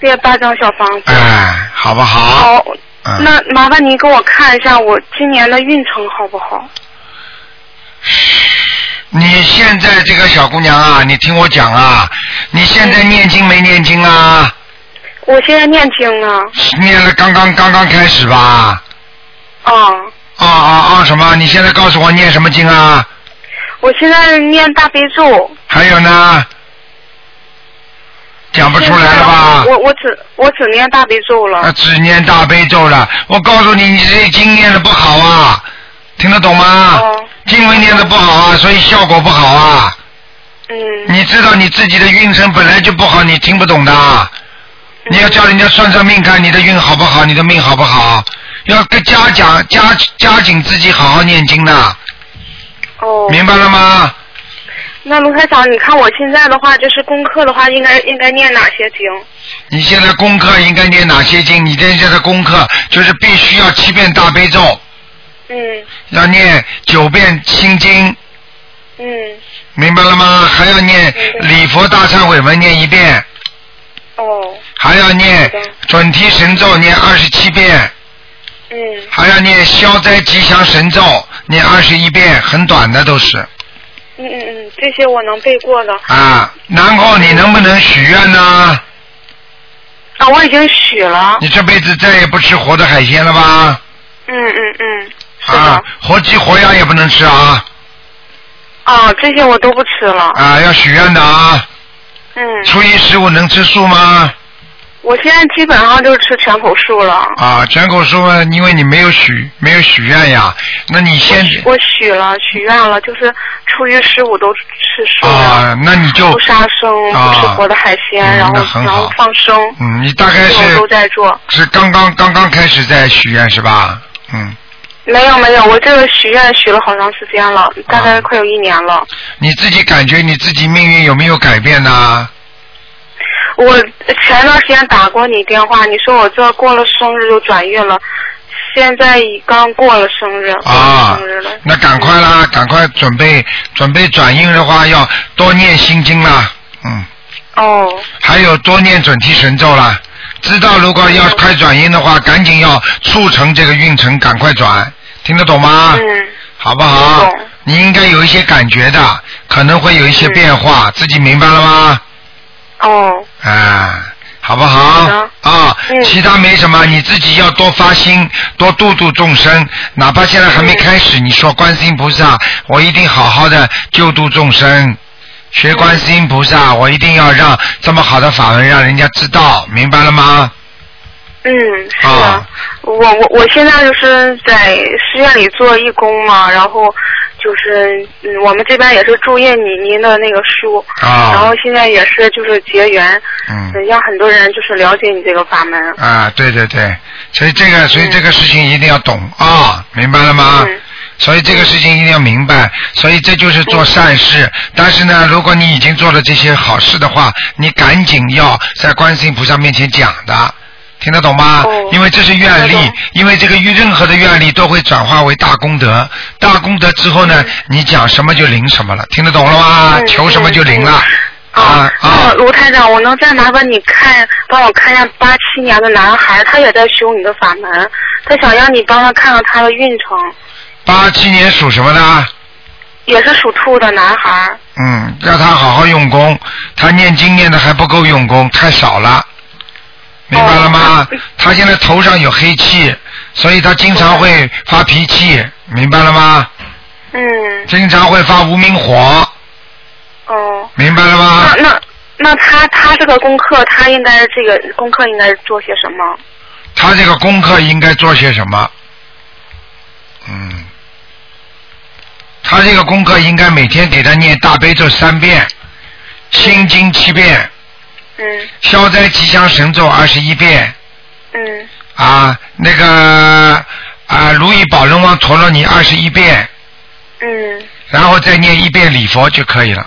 Speaker 3: 列八张小房子。
Speaker 1: 哎，好不好？
Speaker 3: 好，
Speaker 1: 嗯，
Speaker 3: 那麻烦您给我看一下我今年的运程好不好？
Speaker 1: 你现在这个小姑娘啊，你听我讲啊，你现在念经没念经啊？
Speaker 3: 我现在念经呢，
Speaker 1: 念了刚刚刚刚开始吧？
Speaker 3: 啊，
Speaker 1: 啊啊啊！什么？你现在告诉我念什么经啊？
Speaker 3: 我现在念大悲咒。
Speaker 1: 还有呢？讲不出来了吧
Speaker 3: 现在？我我只我只念大悲咒了。
Speaker 1: 啊，只念大悲咒了。我告诉你，你这经念的不好啊，听得懂吗？
Speaker 3: 哦
Speaker 1: 经文念的不好啊，所以效果不好啊。
Speaker 3: 嗯
Speaker 1: 你知道你自己的运程本来就不好，你听不懂的啊。
Speaker 3: 嗯
Speaker 1: 你要叫人家算算命，看你的运好不好，你的命好不好。要跟家讲加加紧自己好好念经的，
Speaker 3: 哦。
Speaker 1: 明白了吗？
Speaker 3: 那卢台长，你看我现在的话，就是功课的话，应该应该念哪些经？
Speaker 1: 你现在功课应该念哪些经？你现在的功课就是必须要七遍大悲咒，
Speaker 3: 嗯
Speaker 1: 要念九遍心经，
Speaker 3: 嗯，
Speaker 1: 明白了吗？还要念
Speaker 3: 明白
Speaker 1: 礼佛大忏悔文念一遍，
Speaker 3: 哦，
Speaker 1: 还要念
Speaker 3: 好的
Speaker 1: 准提神咒念二十七遍，
Speaker 3: 嗯
Speaker 1: 还要念消灾吉祥神咒念二十一遍，很短的都是
Speaker 3: 嗯嗯嗯，这些我能背过的。
Speaker 1: 啊。
Speaker 3: 嗯
Speaker 1: 然后你能不能许愿呢？
Speaker 3: 啊，我已经许了。
Speaker 1: 你这辈子再也不吃活的海鲜了吧？
Speaker 3: 嗯嗯嗯，是
Speaker 1: 啊
Speaker 3: 的。，
Speaker 1: 活鸡活鸭也不能吃啊
Speaker 3: 啊，这些我都不吃了。
Speaker 1: 啊，要许愿的啊。
Speaker 3: 嗯，
Speaker 1: 初一十五能吃素吗？
Speaker 3: 我现在基本上就是吃全口素了。
Speaker 1: 啊，全口素啊，因为你没有许没有许愿呀。那你
Speaker 3: 我
Speaker 1: 现
Speaker 3: 许我许了，许愿了，就是初一十五都吃素的，
Speaker 1: 啊，那你就
Speaker 3: 不杀生，
Speaker 1: 啊
Speaker 3: 不吃活的海鲜，
Speaker 1: 嗯
Speaker 3: 然后
Speaker 1: 那很
Speaker 3: 然
Speaker 1: 好
Speaker 3: 后放生，
Speaker 1: 嗯，你大概
Speaker 3: 这种
Speaker 1: 是
Speaker 3: 都在做。
Speaker 1: 是刚刚刚刚开始在许愿是吧？嗯，
Speaker 3: 没有没有，我这个许愿许了好长时间了，
Speaker 1: 啊
Speaker 3: 大概快有一年了。
Speaker 1: 你自己感觉你自己命运有没有改变呢？
Speaker 3: 我前段时间打过你电话，你说我这过了生日就转运了，现在刚过了生日，过了
Speaker 1: 啊
Speaker 3: 生日了。，
Speaker 1: 那赶快啦，赶快准备准备转运的话，要多念心经啦，嗯，
Speaker 3: 哦，
Speaker 1: 还有多念准提神咒啦。知道如果
Speaker 3: 嗯
Speaker 1: 要快转运的话，赶紧要促成这个运程，赶快转，听得懂吗？
Speaker 3: 嗯，
Speaker 1: 好不好
Speaker 3: 听懂？
Speaker 1: 你应该有一些感觉的，可能会有一些变化，自己明白了吗？
Speaker 3: 嗯哦，
Speaker 1: 啊，好不
Speaker 3: 好
Speaker 1: 好
Speaker 3: 的？
Speaker 1: 啊，
Speaker 3: 嗯
Speaker 1: 其他没什么，你自己要多发心，多度度众生。哪怕现在还没开始，
Speaker 3: 嗯
Speaker 1: 你说观世音菩萨，我一定好好的救度众生。学观世音菩
Speaker 3: 嗯
Speaker 1: 萨，我一定要让这么好的法门让人家知道，明白了吗？
Speaker 3: 嗯，是
Speaker 1: 啊
Speaker 3: 我我我现在就是在寺院里做义工嘛，然后
Speaker 4: 就是嗯，我们这边也是注印你您的那个书，
Speaker 1: 啊
Speaker 4: 然后现在也是就是结缘，
Speaker 1: 嗯
Speaker 4: 呃让很多人就是了解你这个法门。
Speaker 1: 啊，对对对，所以这个，所以这个事情一定要懂啊、明白了吗？
Speaker 4: 嗯
Speaker 1: 所以这个事情一定要明白，所以这就是做善事。但是呢，如果你已经做了这些好事的话，你赶紧要在观世音菩萨面前讲的，听得懂吗？
Speaker 4: 哦
Speaker 1: 因为这是愿力
Speaker 4: 听得懂，
Speaker 1: 因为这个任何的愿力都会转化为大功德，大功德之后呢，你讲什么就灵什么了，听得懂了吗？
Speaker 4: 嗯
Speaker 1: 求什么就灵了。啊
Speaker 4: 啊
Speaker 1: 啊
Speaker 4: 那卢台长，我能再麻烦你看，帮我看一下八七年的男孩，他也在修你的法门，他想让你帮他看看他的运程，
Speaker 1: 八七年属什么的？
Speaker 4: 也是属兔的男孩。
Speaker 1: 嗯，让他好好用功，他念经念的还不够用功，太少了，明白了吗？他现在头上有黑气，所以他经常会发脾气，明白了吗？
Speaker 4: 嗯，
Speaker 1: 经常会发无名火，
Speaker 4: 哦，
Speaker 1: 明白了吗
Speaker 3: 啊
Speaker 4: 那？那那他他这个功课，他应该这个功课应该做些什么？
Speaker 1: 他这个功课应该做些什么？嗯，他这个功课应该每天给他念大悲咒三遍，心经七遍，
Speaker 4: 嗯
Speaker 1: 消灾吉祥神咒二十一遍。
Speaker 4: 嗯
Speaker 1: 啊，那个啊，如意宝轮王陀罗尼二十一遍，
Speaker 4: 嗯，
Speaker 1: 然后再念一遍礼佛就可以了。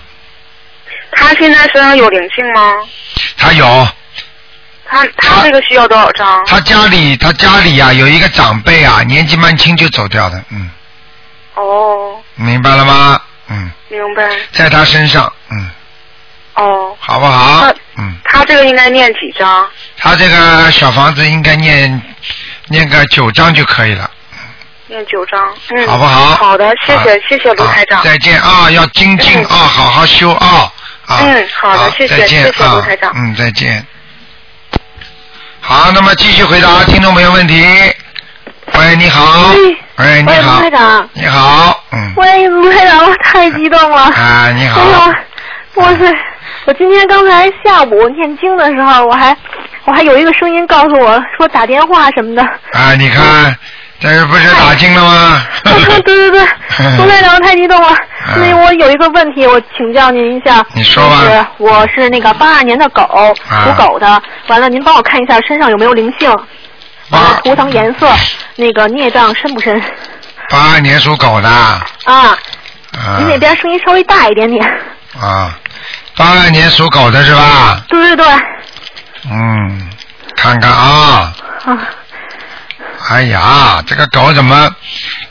Speaker 4: 他现在身上有灵性吗？
Speaker 1: 他有，
Speaker 4: 他他
Speaker 1: 他
Speaker 4: 这个需要多少张？
Speaker 1: 他家里他家里啊有一个长辈啊，年纪蛮轻就走掉的，嗯，
Speaker 4: 哦，
Speaker 1: 明白了吗？嗯，
Speaker 4: 明白。
Speaker 1: 在他身上，嗯，
Speaker 4: 哦，
Speaker 1: 好不好
Speaker 4: 那？
Speaker 1: 嗯，
Speaker 4: 他这个应该念几张？
Speaker 1: 他这个小房子应该念念个九章就可以了，
Speaker 4: 念九张，嗯，
Speaker 1: 好不好？
Speaker 4: 好的，谢谢，
Speaker 1: 啊
Speaker 4: 谢谢卢
Speaker 1: 啊
Speaker 4: 台长。
Speaker 1: 再见啊，要精进
Speaker 4: 嗯
Speaker 1: 啊，好好修啊。啊
Speaker 4: 嗯好的谢谢
Speaker 1: 再见
Speaker 4: 谢谢
Speaker 1: 啊
Speaker 4: 卢台长
Speaker 1: 嗯，再见。好，那么继续回答听众朋友问题。喂，你好。喂，你好。
Speaker 6: 喂，卢台长。
Speaker 1: 你好，嗯。
Speaker 6: 喂，卢台长，我太激动了。
Speaker 1: 啊，你好
Speaker 6: 哎。呀，哇塞！我今天刚才下午念经的时候，我还我还有一个声音告诉我说打电话什 么的。
Speaker 1: 啊，你看，这不是打进了吗？
Speaker 4: 嗯
Speaker 6: 对对 对，卢台长太激动了。所以我有一个问题，我请教您一下。
Speaker 1: 啊你说吧啊
Speaker 6: 就是我是那个八二年的狗，属狗的。完了，您帮我看一下身上有没有灵性，
Speaker 1: 八
Speaker 6: 啊，图腾颜 色，那个孽障深不深？
Speaker 1: 八二年属狗的。啊。
Speaker 6: 啊，您
Speaker 4: 嗯
Speaker 6: 那边声音稍微大一点点。
Speaker 1: 啊，八二年属狗的是吧？
Speaker 6: 对对对。
Speaker 1: 嗯，看看啊。
Speaker 6: 啊，
Speaker 1: 哎呀，这个狗怎么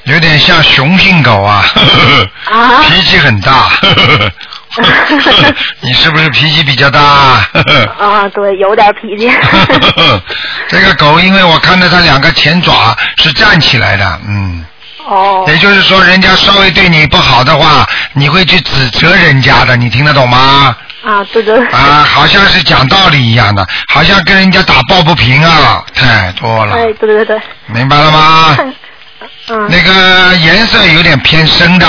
Speaker 1: 有点像雄性狗啊？
Speaker 6: 啊
Speaker 1: 脾气很大。你是不是脾气比较大 啊？
Speaker 6: 啊，对，有点脾 气。
Speaker 1: 这个狗，因为我看到它两个前爪是站起来的，嗯，
Speaker 6: 哦
Speaker 1: 也就是说，人家稍微对你不好的话，你会去指责人家的，你听得懂吗？
Speaker 6: 啊，对对，
Speaker 1: 啊，好像是讲道理一样的，好像跟人家打抱不平啊，太多了，
Speaker 6: 哎，对哎对对，
Speaker 1: 明白了吗？
Speaker 6: 嗯，
Speaker 1: 那个颜色有点偏深的，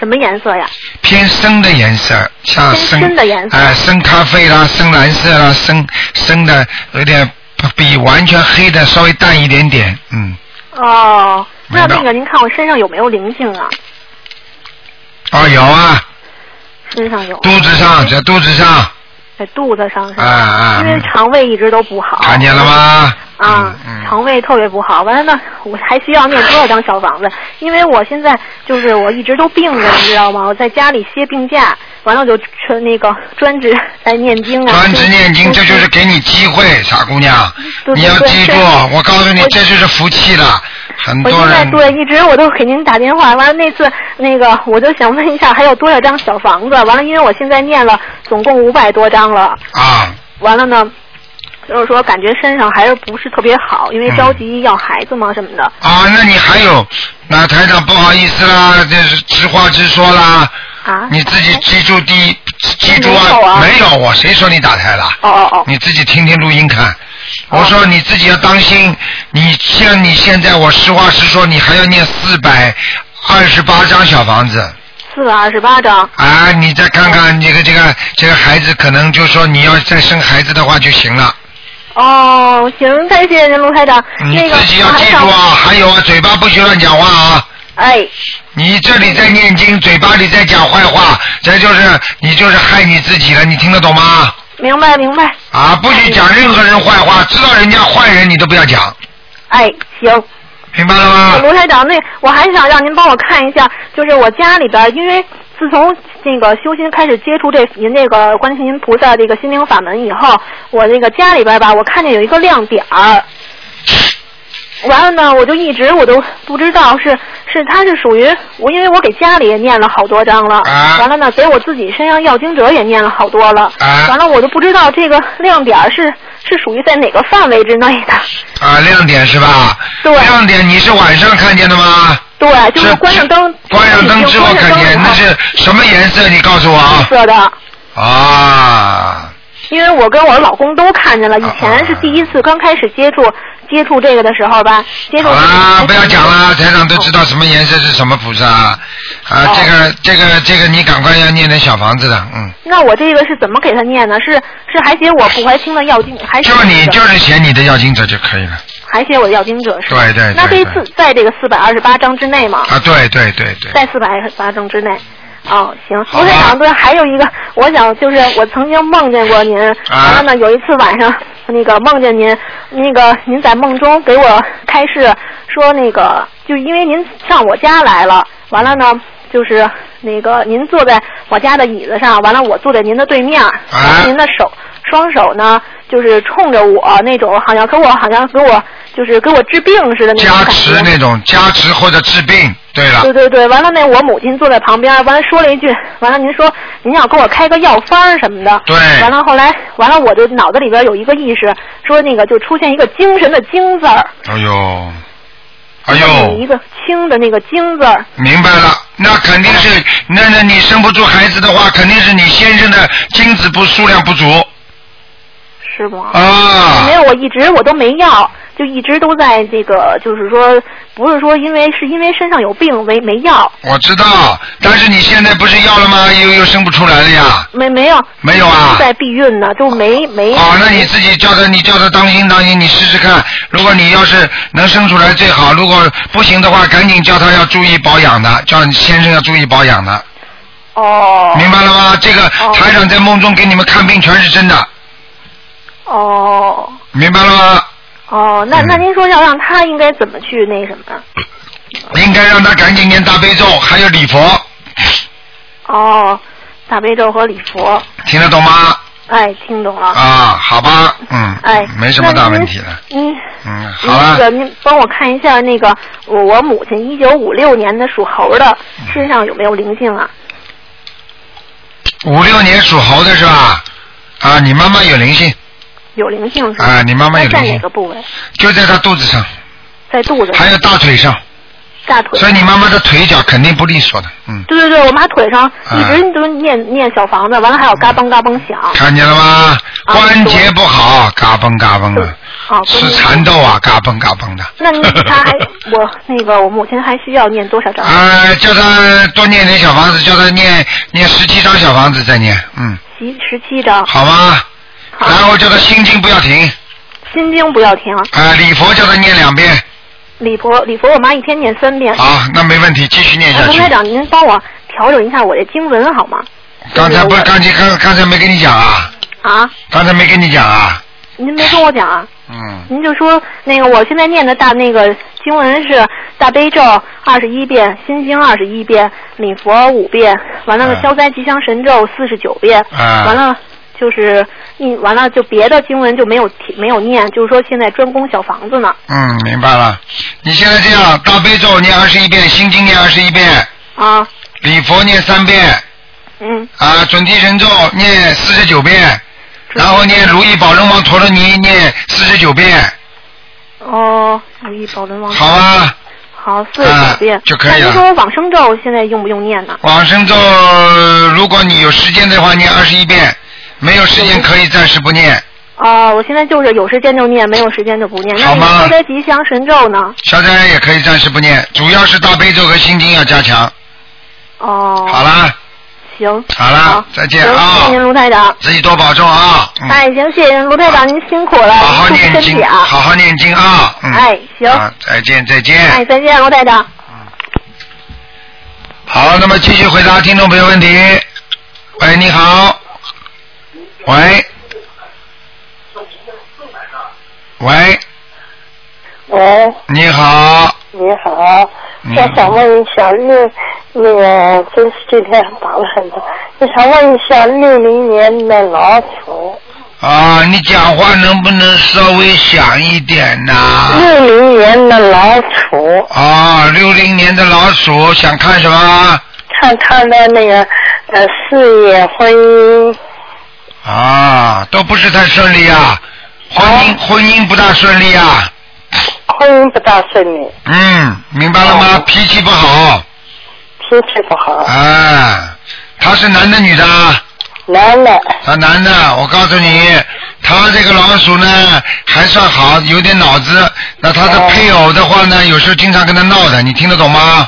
Speaker 6: 什么颜色呀？
Speaker 1: 偏深的颜色，像
Speaker 6: 偏
Speaker 1: 深
Speaker 6: 深的颜色
Speaker 1: 哎、深咖啡啦，深蓝色啦，深深的有点比完全黑的稍微淡一点点，嗯，
Speaker 6: 哦，那
Speaker 1: 没有
Speaker 6: 那个您看我身上有没有灵性啊？
Speaker 1: 哦，有啊，
Speaker 6: 身上有，
Speaker 1: 肚子上，在肚子上，
Speaker 6: 在肚子上是
Speaker 1: 啊
Speaker 6: 吧？
Speaker 1: 啊
Speaker 6: 嗯因，为哦肠胃一直都不好。
Speaker 1: 看见了？吗？
Speaker 6: 啊，
Speaker 1: 嗯嗯
Speaker 6: 肠胃特别不好。完了呢，我还需要念多少张小房子？因为我现在就是我一直都病 着，你知道吗？我在家里歇病假，完了我就纯那个专职在念经啊。
Speaker 1: 专职念经，
Speaker 6: 就
Speaker 1: 这就是给你机会，傻姑娘，
Speaker 6: 对对
Speaker 1: 你要
Speaker 6: 对
Speaker 1: 记住
Speaker 6: 对，
Speaker 1: 我告诉你
Speaker 6: 我，
Speaker 1: 这就是福气了，很
Speaker 6: 我
Speaker 1: 多
Speaker 6: 现在
Speaker 1: 人。
Speaker 6: 对，一直我都给您打电话，完了那次那个我就想问一下，还有多少张小房子？完了，因为我现在念了总共五百多张了，
Speaker 1: 啊，
Speaker 6: 完了呢，就是说感觉身上还是不是特别好，因为
Speaker 1: 嗯
Speaker 6: 着急要孩子嘛什么的。
Speaker 1: 啊，那你还有，那台长不好意思啦，这是直话直说啦。
Speaker 6: 啊
Speaker 1: 你自己记住第一，记住
Speaker 6: 没有
Speaker 1: 啊，
Speaker 6: 啊
Speaker 1: 没有我，谁说你打胎了？
Speaker 6: 哦哦哦，
Speaker 1: 你自己听听录音看。我说你自己要当心，你像你现在，我实话实说，你还要念四百二十八张小房子
Speaker 6: 四百二十八张。
Speaker 1: 啊！你再看看这个这个这个孩子，可能就说你要再生孩子的话就行了。
Speaker 6: 哦，行，太谢谢您，卢台长。
Speaker 1: 嗯你
Speaker 6: 那个
Speaker 1: 自己要
Speaker 6: 我还
Speaker 1: 记
Speaker 6: 想
Speaker 1: 住啊，还有啊，嘴巴不许乱讲话啊，
Speaker 4: 哎，
Speaker 1: 你这里在念经，嘴巴里在讲坏话，这就是你就是害你自己了，你听得懂吗？
Speaker 6: 明白明白，
Speaker 1: 啊，不许讲任何人坏话，知道人家坏人你都不要讲，
Speaker 6: 哎，行。
Speaker 1: 明白了吗？
Speaker 6: 卢台长，那我还想让您帮我看一下，就是我家里边儿，因为自从那个修心开始接触这您这个观世音菩萨这个心灵法门以后，我这个家里边儿吧，我看见有一个亮点儿。完了呢，我就一直我都不知道是是它是属于我，因为我给家里也念了好多章了，
Speaker 1: 啊
Speaker 6: 完了呢，给我自己身上要经者也念了好多了，
Speaker 1: 啊
Speaker 6: 完了我就不知道这个亮点儿是是属于在哪个范围之内的。
Speaker 1: 啊，亮点是吧？
Speaker 6: 对
Speaker 1: 亮点你是晚上看见的吗？
Speaker 6: 对，就是关上灯，
Speaker 1: 关上灯之后看
Speaker 6: 关上灯以
Speaker 1: 见，
Speaker 6: 后
Speaker 1: 那是什么颜色？你告诉我
Speaker 6: 绿
Speaker 1: 啊。
Speaker 6: 色的，
Speaker 1: 啊，
Speaker 6: 因为我跟我老公都看见了，以前是第一次刚开始接触接触这个的时候吧，接触
Speaker 1: 好
Speaker 6: 这个
Speaker 1: 啦，啊不要讲啦，台长
Speaker 6: 哦
Speaker 1: 都知道什么颜色是什么菩萨啊。啊，这个这个这个，你赶快要念点小房子的，嗯，
Speaker 6: 那我这个是怎么给他念呢？是是还写我不怀清的药经，还写
Speaker 1: 就你
Speaker 6: 我的
Speaker 1: 就是写你的要经者就可以了。
Speaker 6: 还写我的药经者是吧？
Speaker 1: 对对
Speaker 6: 那
Speaker 1: 对
Speaker 6: 这
Speaker 1: 对
Speaker 6: 次在这个四百二十八章之内嘛？
Speaker 1: 啊，对对对对。
Speaker 6: 在四百二十八章之内。哦，行，
Speaker 1: 好吧
Speaker 6: 卢台长对，还有一个，我想就是我曾经梦见过
Speaker 1: 啊
Speaker 6: 您，完了呢，有一次晚上那个梦见您，那个您在梦中给我开示说那个，就因为您上我家来了，完了呢，就是那个您坐在我家的椅子上，完了我坐在您的对面，
Speaker 1: 啊
Speaker 6: 然后您的手双手呢就是冲着我那种，好像跟我好像给我就是给我治病似的那种
Speaker 1: 加
Speaker 6: 感觉。
Speaker 1: 持那种加持或者治病，对了
Speaker 6: 对，对对，完了那我母亲坐在旁边，完了说了一句，完了您说您要给我开个药方儿什么的。
Speaker 1: 对
Speaker 6: 完了后来，完了我就脑子里边有一个意识，说那个就出现一个精神的精字儿，
Speaker 1: 哎呦，哎
Speaker 6: 一
Speaker 1: 呦，
Speaker 6: 个轻的那个精字儿。
Speaker 1: 明白了，那肯定是，
Speaker 6: 嗯
Speaker 1: 那那你生不出孩子的话，肯定是你先生的精子不数量不足
Speaker 6: 是吗？
Speaker 1: 啊
Speaker 6: 没。有，我一直我都没要，就一直都在这个，就是说，不是说因为是因为身上有病没没要，
Speaker 1: 我知道，但是你现在不是要了吗？又又生不出来了呀。
Speaker 6: 没没有，
Speaker 1: 没有啊
Speaker 6: 一直在避孕呢，就没没。
Speaker 1: 哦，那你自己叫他，你叫他当心当心，你试试看。如果你要是能生出来最好，如果不行的话，赶紧叫他要注意保养的，叫你先生要注意保养的，
Speaker 6: 哦
Speaker 1: 明白了吗？这个
Speaker 6: 哦
Speaker 1: 台长在梦中给你们看病全是真的，
Speaker 6: 哦
Speaker 1: 明白了吗？
Speaker 6: 哦，那那
Speaker 1: 嗯
Speaker 6: 您说要让他应该怎么去那什么？
Speaker 1: 应该让他赶紧念大悲咒，还有礼佛，
Speaker 6: 哦，大悲咒和礼佛，
Speaker 1: 听得懂吗？
Speaker 6: 哎，听懂了。
Speaker 1: 啊，好吧，嗯，
Speaker 6: 哎，
Speaker 1: 没什么大问题的
Speaker 6: 了。，嗯，
Speaker 1: 嗯，好
Speaker 6: 那个
Speaker 1: 了，
Speaker 6: 您帮我看一下那个我我母亲一九五六年的属猴的身上有没有灵性
Speaker 1: 嗯
Speaker 6: 啊？
Speaker 1: 五六年属猴的是吧？啊，你妈妈有灵性，
Speaker 6: 有灵性是吧？
Speaker 1: 啊你妈妈有
Speaker 6: 她在
Speaker 1: 灵性
Speaker 6: 哪个部位？
Speaker 1: 就在她肚子上，
Speaker 6: 在肚子上
Speaker 1: 还有大腿上，
Speaker 6: 大腿
Speaker 1: 所。以你妈妈的腿脚肯定不利索的，嗯，
Speaker 6: 对对对，我妈腿上
Speaker 1: 啊
Speaker 6: 一直都念、念小房子，完了还有嘎嘣嘎嘣响。
Speaker 1: 看见了吗？
Speaker 6: 啊
Speaker 1: 关节不好，嘎嘣嘎嘣的，
Speaker 6: 啊，
Speaker 1: 吃
Speaker 6: 关于
Speaker 1: 蚕豆啊，嘎嘣嘎嘣的。
Speaker 6: 那您她 还我那个我母亲还需要念多少张？
Speaker 1: 啊，叫他多念点小房子，叫他念念十七张小房子再念，嗯，
Speaker 6: 十十七张。
Speaker 1: 好吗？
Speaker 6: 好
Speaker 1: 然后叫他心经不要停，
Speaker 6: 心经不要停，
Speaker 1: 啊，礼佛叫他念两遍，
Speaker 6: 礼佛礼佛我妈一天念三遍。
Speaker 1: 好，那没问题，继续念下
Speaker 6: 哎，
Speaker 1: 去
Speaker 6: 陈。台长，您帮我调整一下我的经文好吗？
Speaker 1: 刚才不
Speaker 6: 我
Speaker 1: 是刚才刚刚才没跟你讲啊，
Speaker 6: 啊，
Speaker 1: 刚才没跟你讲啊，
Speaker 6: 您没跟我讲啊，
Speaker 1: 嗯，
Speaker 6: 您就说那个我现在念的大那个经文是大悲咒二十一遍，心经二十一遍，礼佛五遍，完了
Speaker 1: 嗯
Speaker 6: 呢消灾吉祥神咒四十九遍，
Speaker 1: 嗯
Speaker 6: 完了。就是一完了就别的经文就没有提没有念，就是说现在专攻小房子呢。
Speaker 1: 嗯，明白了。你现在这样，大悲咒念二十一遍，心经念二十一遍，
Speaker 6: 啊，
Speaker 1: 礼佛念三遍，
Speaker 6: 嗯，
Speaker 1: 啊，准提神咒念四十九遍，然后念如意宝轮王陀罗尼念四十九遍，
Speaker 6: 哦，如意宝轮王
Speaker 1: 好啊。
Speaker 6: 好，四十九遍、
Speaker 1: 啊就可以了
Speaker 6: 那您说往生咒现在用不用念呢？
Speaker 1: 往生咒，呃如果你有时间的话，念二十一遍；没有时间可以暂时不念。
Speaker 6: 啊、我现在就是有时间就念，没有时间就不念。那
Speaker 1: 好
Speaker 6: 你
Speaker 1: 吗
Speaker 6: 消灾吉祥神咒呢？
Speaker 1: 消灾也可以暂时不念，主要是大悲咒和心经要加强。
Speaker 6: 哦，
Speaker 1: 好啦，
Speaker 6: 行，
Speaker 1: 好啦，再见
Speaker 6: 行谢
Speaker 1: 啊
Speaker 6: 谢，您卢台长。
Speaker 1: 自己多保重啊，嗯，
Speaker 6: 哎，行，谢谢您卢台长，您辛苦了，
Speaker 1: 好好
Speaker 6: 注意
Speaker 1: 念
Speaker 6: 身
Speaker 1: 经
Speaker 6: 体，啊。
Speaker 1: 好好念经啊，嗯，
Speaker 6: 哎，行，
Speaker 1: 啊，再见，再见。
Speaker 6: 哎，再见，卢台长。
Speaker 1: 好，那么继续回答听众朋友问题。喂，你好。喂。喂，
Speaker 7: 喂，
Speaker 1: 你好。
Speaker 7: 你好，
Speaker 1: 嗯
Speaker 7: 我想问一下六那个，真是今天打了很多，我想问一下六零年的老鼠，
Speaker 1: 啊，你讲话能不能稍微响一点呐、
Speaker 7: 六零年的老鼠，
Speaker 1: 啊，六零年的老鼠想看什么？
Speaker 7: 看他的那个呃事业、婚姻，
Speaker 1: 啊，都不是太顺利啊，婚姻婚姻不大顺利啊。
Speaker 7: 嗯婚姻不大顺利，哦
Speaker 1: 嗯，明白了吗？脾气不好，
Speaker 7: 脾气不好，
Speaker 1: 啊，他是男的女的啊？
Speaker 7: 男的
Speaker 1: 他男的，我告诉你，他这个老鼠呢还算好，有点脑子。那他的配偶的话呢，有时候经常跟他闹的，你听得懂吗？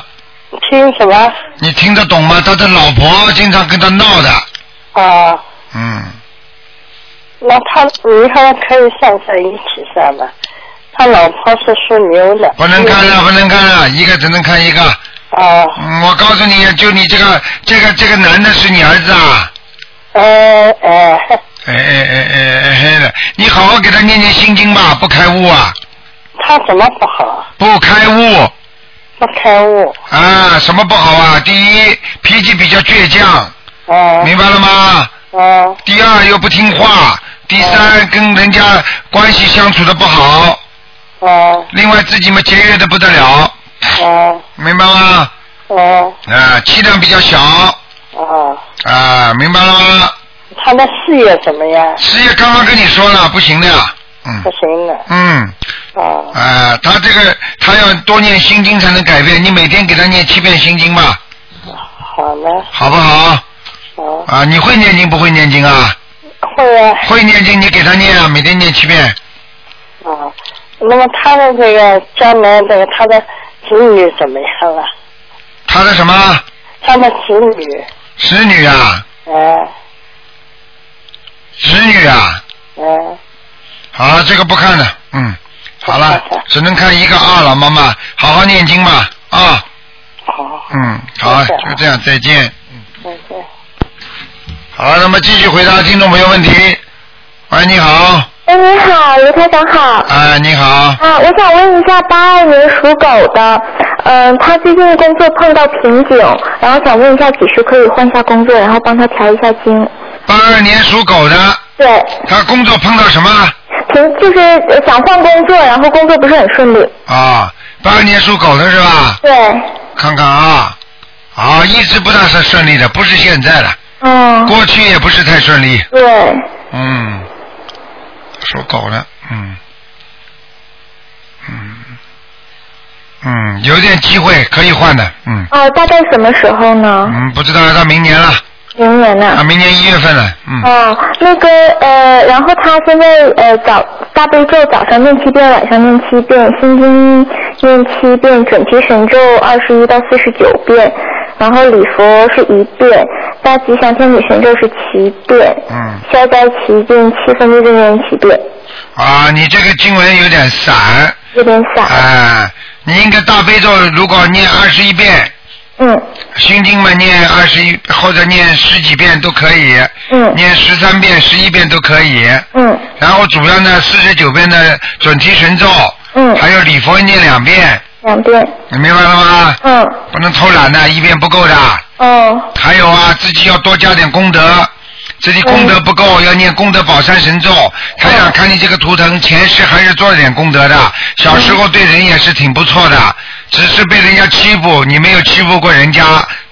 Speaker 7: 哦听什么？
Speaker 1: 你听得懂吗？他的老婆经常跟他闹的，
Speaker 7: 啊，
Speaker 1: 嗯，
Speaker 7: 那他你看可以算在一起算吧，他老婆是属牛的，
Speaker 1: 不能看
Speaker 7: 嗯
Speaker 1: 了，不能看了，一个只能看一个。
Speaker 7: 啊，
Speaker 1: 嗯我告诉你，就你这个这个这个男的是你儿子啊？
Speaker 7: 呃呃，
Speaker 1: 哎哎哎哎哎嘿的，你好好给他念念心经吧，不开悟啊，
Speaker 7: 他怎么不好？
Speaker 1: 不开悟
Speaker 7: 不开悟，
Speaker 1: 啊，什么不好啊？第一，脾气比较倔强，
Speaker 7: 啊
Speaker 1: 明白了吗？
Speaker 7: 啊
Speaker 1: 第二又不听话，第三跟人家关系相处的不好，
Speaker 7: 啊
Speaker 1: 另外自己嘛节约的不得了，
Speaker 7: 啊
Speaker 1: 明白吗？
Speaker 7: 啊
Speaker 1: 啊，气量比较小，
Speaker 7: 啊，
Speaker 1: 啊，明白了吗？
Speaker 7: 他的事业怎么样？
Speaker 1: 事业刚刚跟你说了，不行的，
Speaker 7: 不
Speaker 1: 嗯
Speaker 7: 行了，
Speaker 1: 嗯，
Speaker 7: 啊
Speaker 1: 啊，他这个他要多念心经才能改变，你每天给他念七遍心经吧，
Speaker 7: 好了，
Speaker 1: 好不好？
Speaker 7: 啊
Speaker 1: 啊，你会念经不会念经啊？
Speaker 7: 会啊
Speaker 1: 会念经你给他念啊，每天念七遍。
Speaker 7: 啊，那么他的这个将来这个他的子女怎么样了？
Speaker 1: 他的什么
Speaker 7: 他的子女，
Speaker 1: 侄女啊？
Speaker 7: 啊
Speaker 1: 侄女啊？
Speaker 7: 啊
Speaker 1: 好了，这个不看了，嗯，好了
Speaker 7: 好的，
Speaker 1: 只能看一个二了，妈妈，好好念经吧，啊，
Speaker 7: 好，
Speaker 1: 嗯，好，
Speaker 7: 谢谢啊
Speaker 1: 就这样，再见。
Speaker 7: 再见。
Speaker 1: 好了，那么继续回答听众朋友问题。喂，你好，
Speaker 8: 哎，你好，卢台长好。
Speaker 1: 哎，你好，
Speaker 8: 啊，我想问一下，八二年属狗的，嗯，他最近工作碰到瓶颈，然后想问一下几时可以换下工作，然后帮他调一下经。
Speaker 1: 八二年属狗的，
Speaker 8: 对，
Speaker 1: 他工作碰到什么
Speaker 8: 平就是呃想换工作，然后工作不是很顺利。
Speaker 1: 啊？八二年属狗的是吧？
Speaker 8: 对，
Speaker 1: 看看啊，啊，一直不大是顺利的，不是现在的，
Speaker 8: 嗯，
Speaker 1: 过去也不是太顺利，
Speaker 8: 对，
Speaker 1: 嗯，属狗的，嗯，嗯，嗯，有点机会可以换的，嗯，
Speaker 8: 哦，大概什么时候呢？
Speaker 1: 嗯，不知道要到明年了，
Speaker 8: 明年
Speaker 1: 啊，
Speaker 8: 呢？
Speaker 1: 明年一月份了，嗯，
Speaker 8: 哦，那个呃，然后他现在呃早大悲咒早上念七遍，晚上念七遍，心经念七遍，准提神咒二十一到四十九遍，然后礼佛是一遍，大吉祥天女神咒是七遍，
Speaker 1: 嗯，
Speaker 8: 消灾七遍，七分之咒念七遍，
Speaker 1: 啊，你这个经文有点散，
Speaker 8: 有点
Speaker 1: 哎、
Speaker 8: 散，
Speaker 1: 你应该大悲咒如果念二十一遍，
Speaker 8: 嗯
Speaker 1: 心经嘛念二十一或者念十几遍都可以，
Speaker 8: 嗯
Speaker 1: 念十三遍、十一遍都可以，
Speaker 8: 嗯
Speaker 1: 然后主要呢四十九遍的准提神咒，
Speaker 8: 嗯，
Speaker 1: 还有礼佛念两遍，
Speaker 8: 两遍，
Speaker 1: 你明白了吗？
Speaker 8: 嗯
Speaker 1: 不能偷懒的，一遍不够的。
Speaker 8: 哦
Speaker 1: 还有啊，自己要多加点功德，自己功德不
Speaker 8: 嗯
Speaker 1: 够，要念功德宝山神咒。台长看你这个图腾，前世还是做了点功德的，小时候对人也是挺不错的，只是被人家欺负，你没有欺负过人家，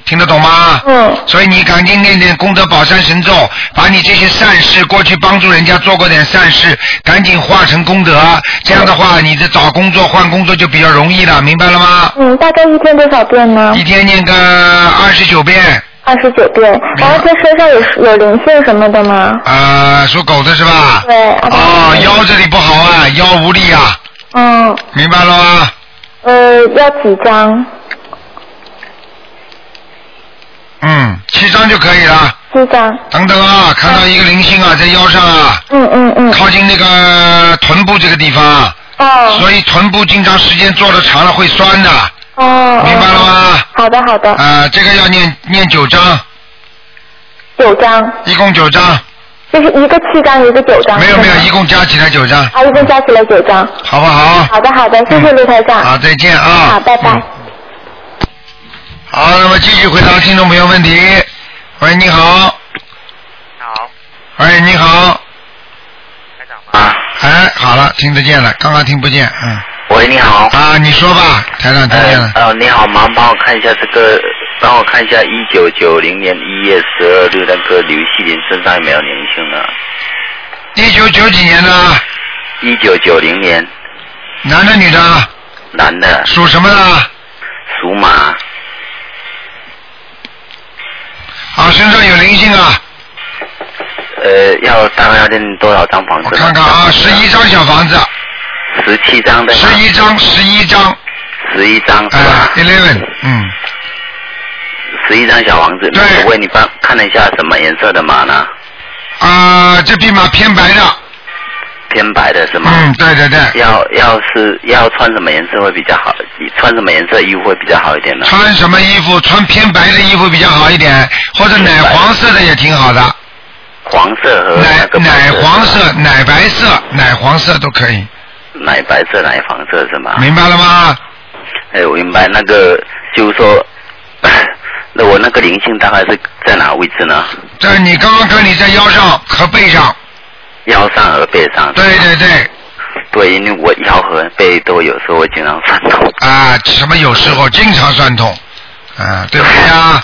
Speaker 1: 听得懂吗？
Speaker 8: 嗯
Speaker 1: 所以你赶紧念念功德宝山神咒，把你这些善事，过去帮助人家做过点善事，赶紧化成功德。这样的话，你的找工作、换工作就比较容易了，明白了吗？
Speaker 8: 嗯，大概一天多少遍呢？
Speaker 1: 啊一天念个二十九遍，
Speaker 8: 二十九遍，然后他身上有有灵性什么的吗？
Speaker 1: 啊，属狗的是吧？
Speaker 8: 对啊
Speaker 1: 哦，
Speaker 8: 对
Speaker 1: 腰这里不好啊，腰无力啊，
Speaker 8: 嗯，
Speaker 1: 明白了吗？
Speaker 8: 呃，要几张？
Speaker 1: 嗯，七张就可以了。
Speaker 8: 七张。
Speaker 1: 等等啊，看到一个灵性啊，在腰上啊，
Speaker 8: 嗯嗯嗯。
Speaker 1: 靠近那个臀部这个地方啊，
Speaker 8: 哦。
Speaker 1: 所以臀部经常时间坐的长了会酸的，
Speaker 8: 哦。
Speaker 1: 明白了吗？
Speaker 8: 好好的，好的。
Speaker 1: 啊、这个要念念九章，
Speaker 8: 九张，
Speaker 1: 一共九章，
Speaker 8: 就是一个七张，一个九张。
Speaker 1: 没有没有，一共加起来九章，
Speaker 8: 啊，一共加起来九张。
Speaker 1: 好不好？嗯
Speaker 8: 好的，好的，谢谢卢台长。
Speaker 1: 好，再见啊。
Speaker 8: 好，拜拜。
Speaker 1: 好，那么继续回答听众朋友问题。喂，你好。
Speaker 9: 好。
Speaker 1: 喂，你好。
Speaker 9: 台长吗？
Speaker 1: 哎，好了，听得见了，刚刚听不见，嗯。
Speaker 9: 喂，你好。
Speaker 1: 啊，你说吧，台长听见了。
Speaker 9: 呃，你好，麻烦帮我看一下这个，帮我看一下一九九零年一月十二日那个刘希林身上有没有灵性啊？
Speaker 1: 一九九几年的，
Speaker 9: 一九九零年，
Speaker 1: 男的女的，
Speaker 9: 男的，
Speaker 1: 属什么的？
Speaker 9: 属马，
Speaker 1: 啊，身上有灵性啊，
Speaker 9: 呃，要大概要练多少张房子？
Speaker 1: 看看啊，十一张小房子，
Speaker 9: 十七张的。
Speaker 1: 十一张，十一张，哎
Speaker 9: 十一张是吧？
Speaker 1: eleven，嗯，
Speaker 9: 十一张小房子。对。我为你帮看了一下什么颜色的马呢？
Speaker 1: 啊，这匹马偏白的，
Speaker 9: 嗯偏白的是吗？
Speaker 1: 嗯，对对对，
Speaker 9: 要要是要穿什么颜色会比较好？穿什么颜色衣服会比较好一点呢？
Speaker 1: 穿什么衣服？穿偏白的衣服比较好一点，或者奶黄色的也挺好的，
Speaker 9: 黄色和
Speaker 1: 奶奶黄
Speaker 9: 啊
Speaker 1: 色、奶白色、奶黄色都可以，
Speaker 9: 奶白色、奶黄色是吗？
Speaker 1: 明白了吗？
Speaker 9: 哎，我明白。那个就是说， 那我那个灵性大概是在哪位置呢？
Speaker 1: 这你刚刚看你在腰上和背上，
Speaker 9: 腰上和背上。
Speaker 1: 对对对，
Speaker 9: 对，因为我腰和背都有时候会经常酸痛。
Speaker 1: 啊，什么有时候经常酸痛，啊，对不对啊？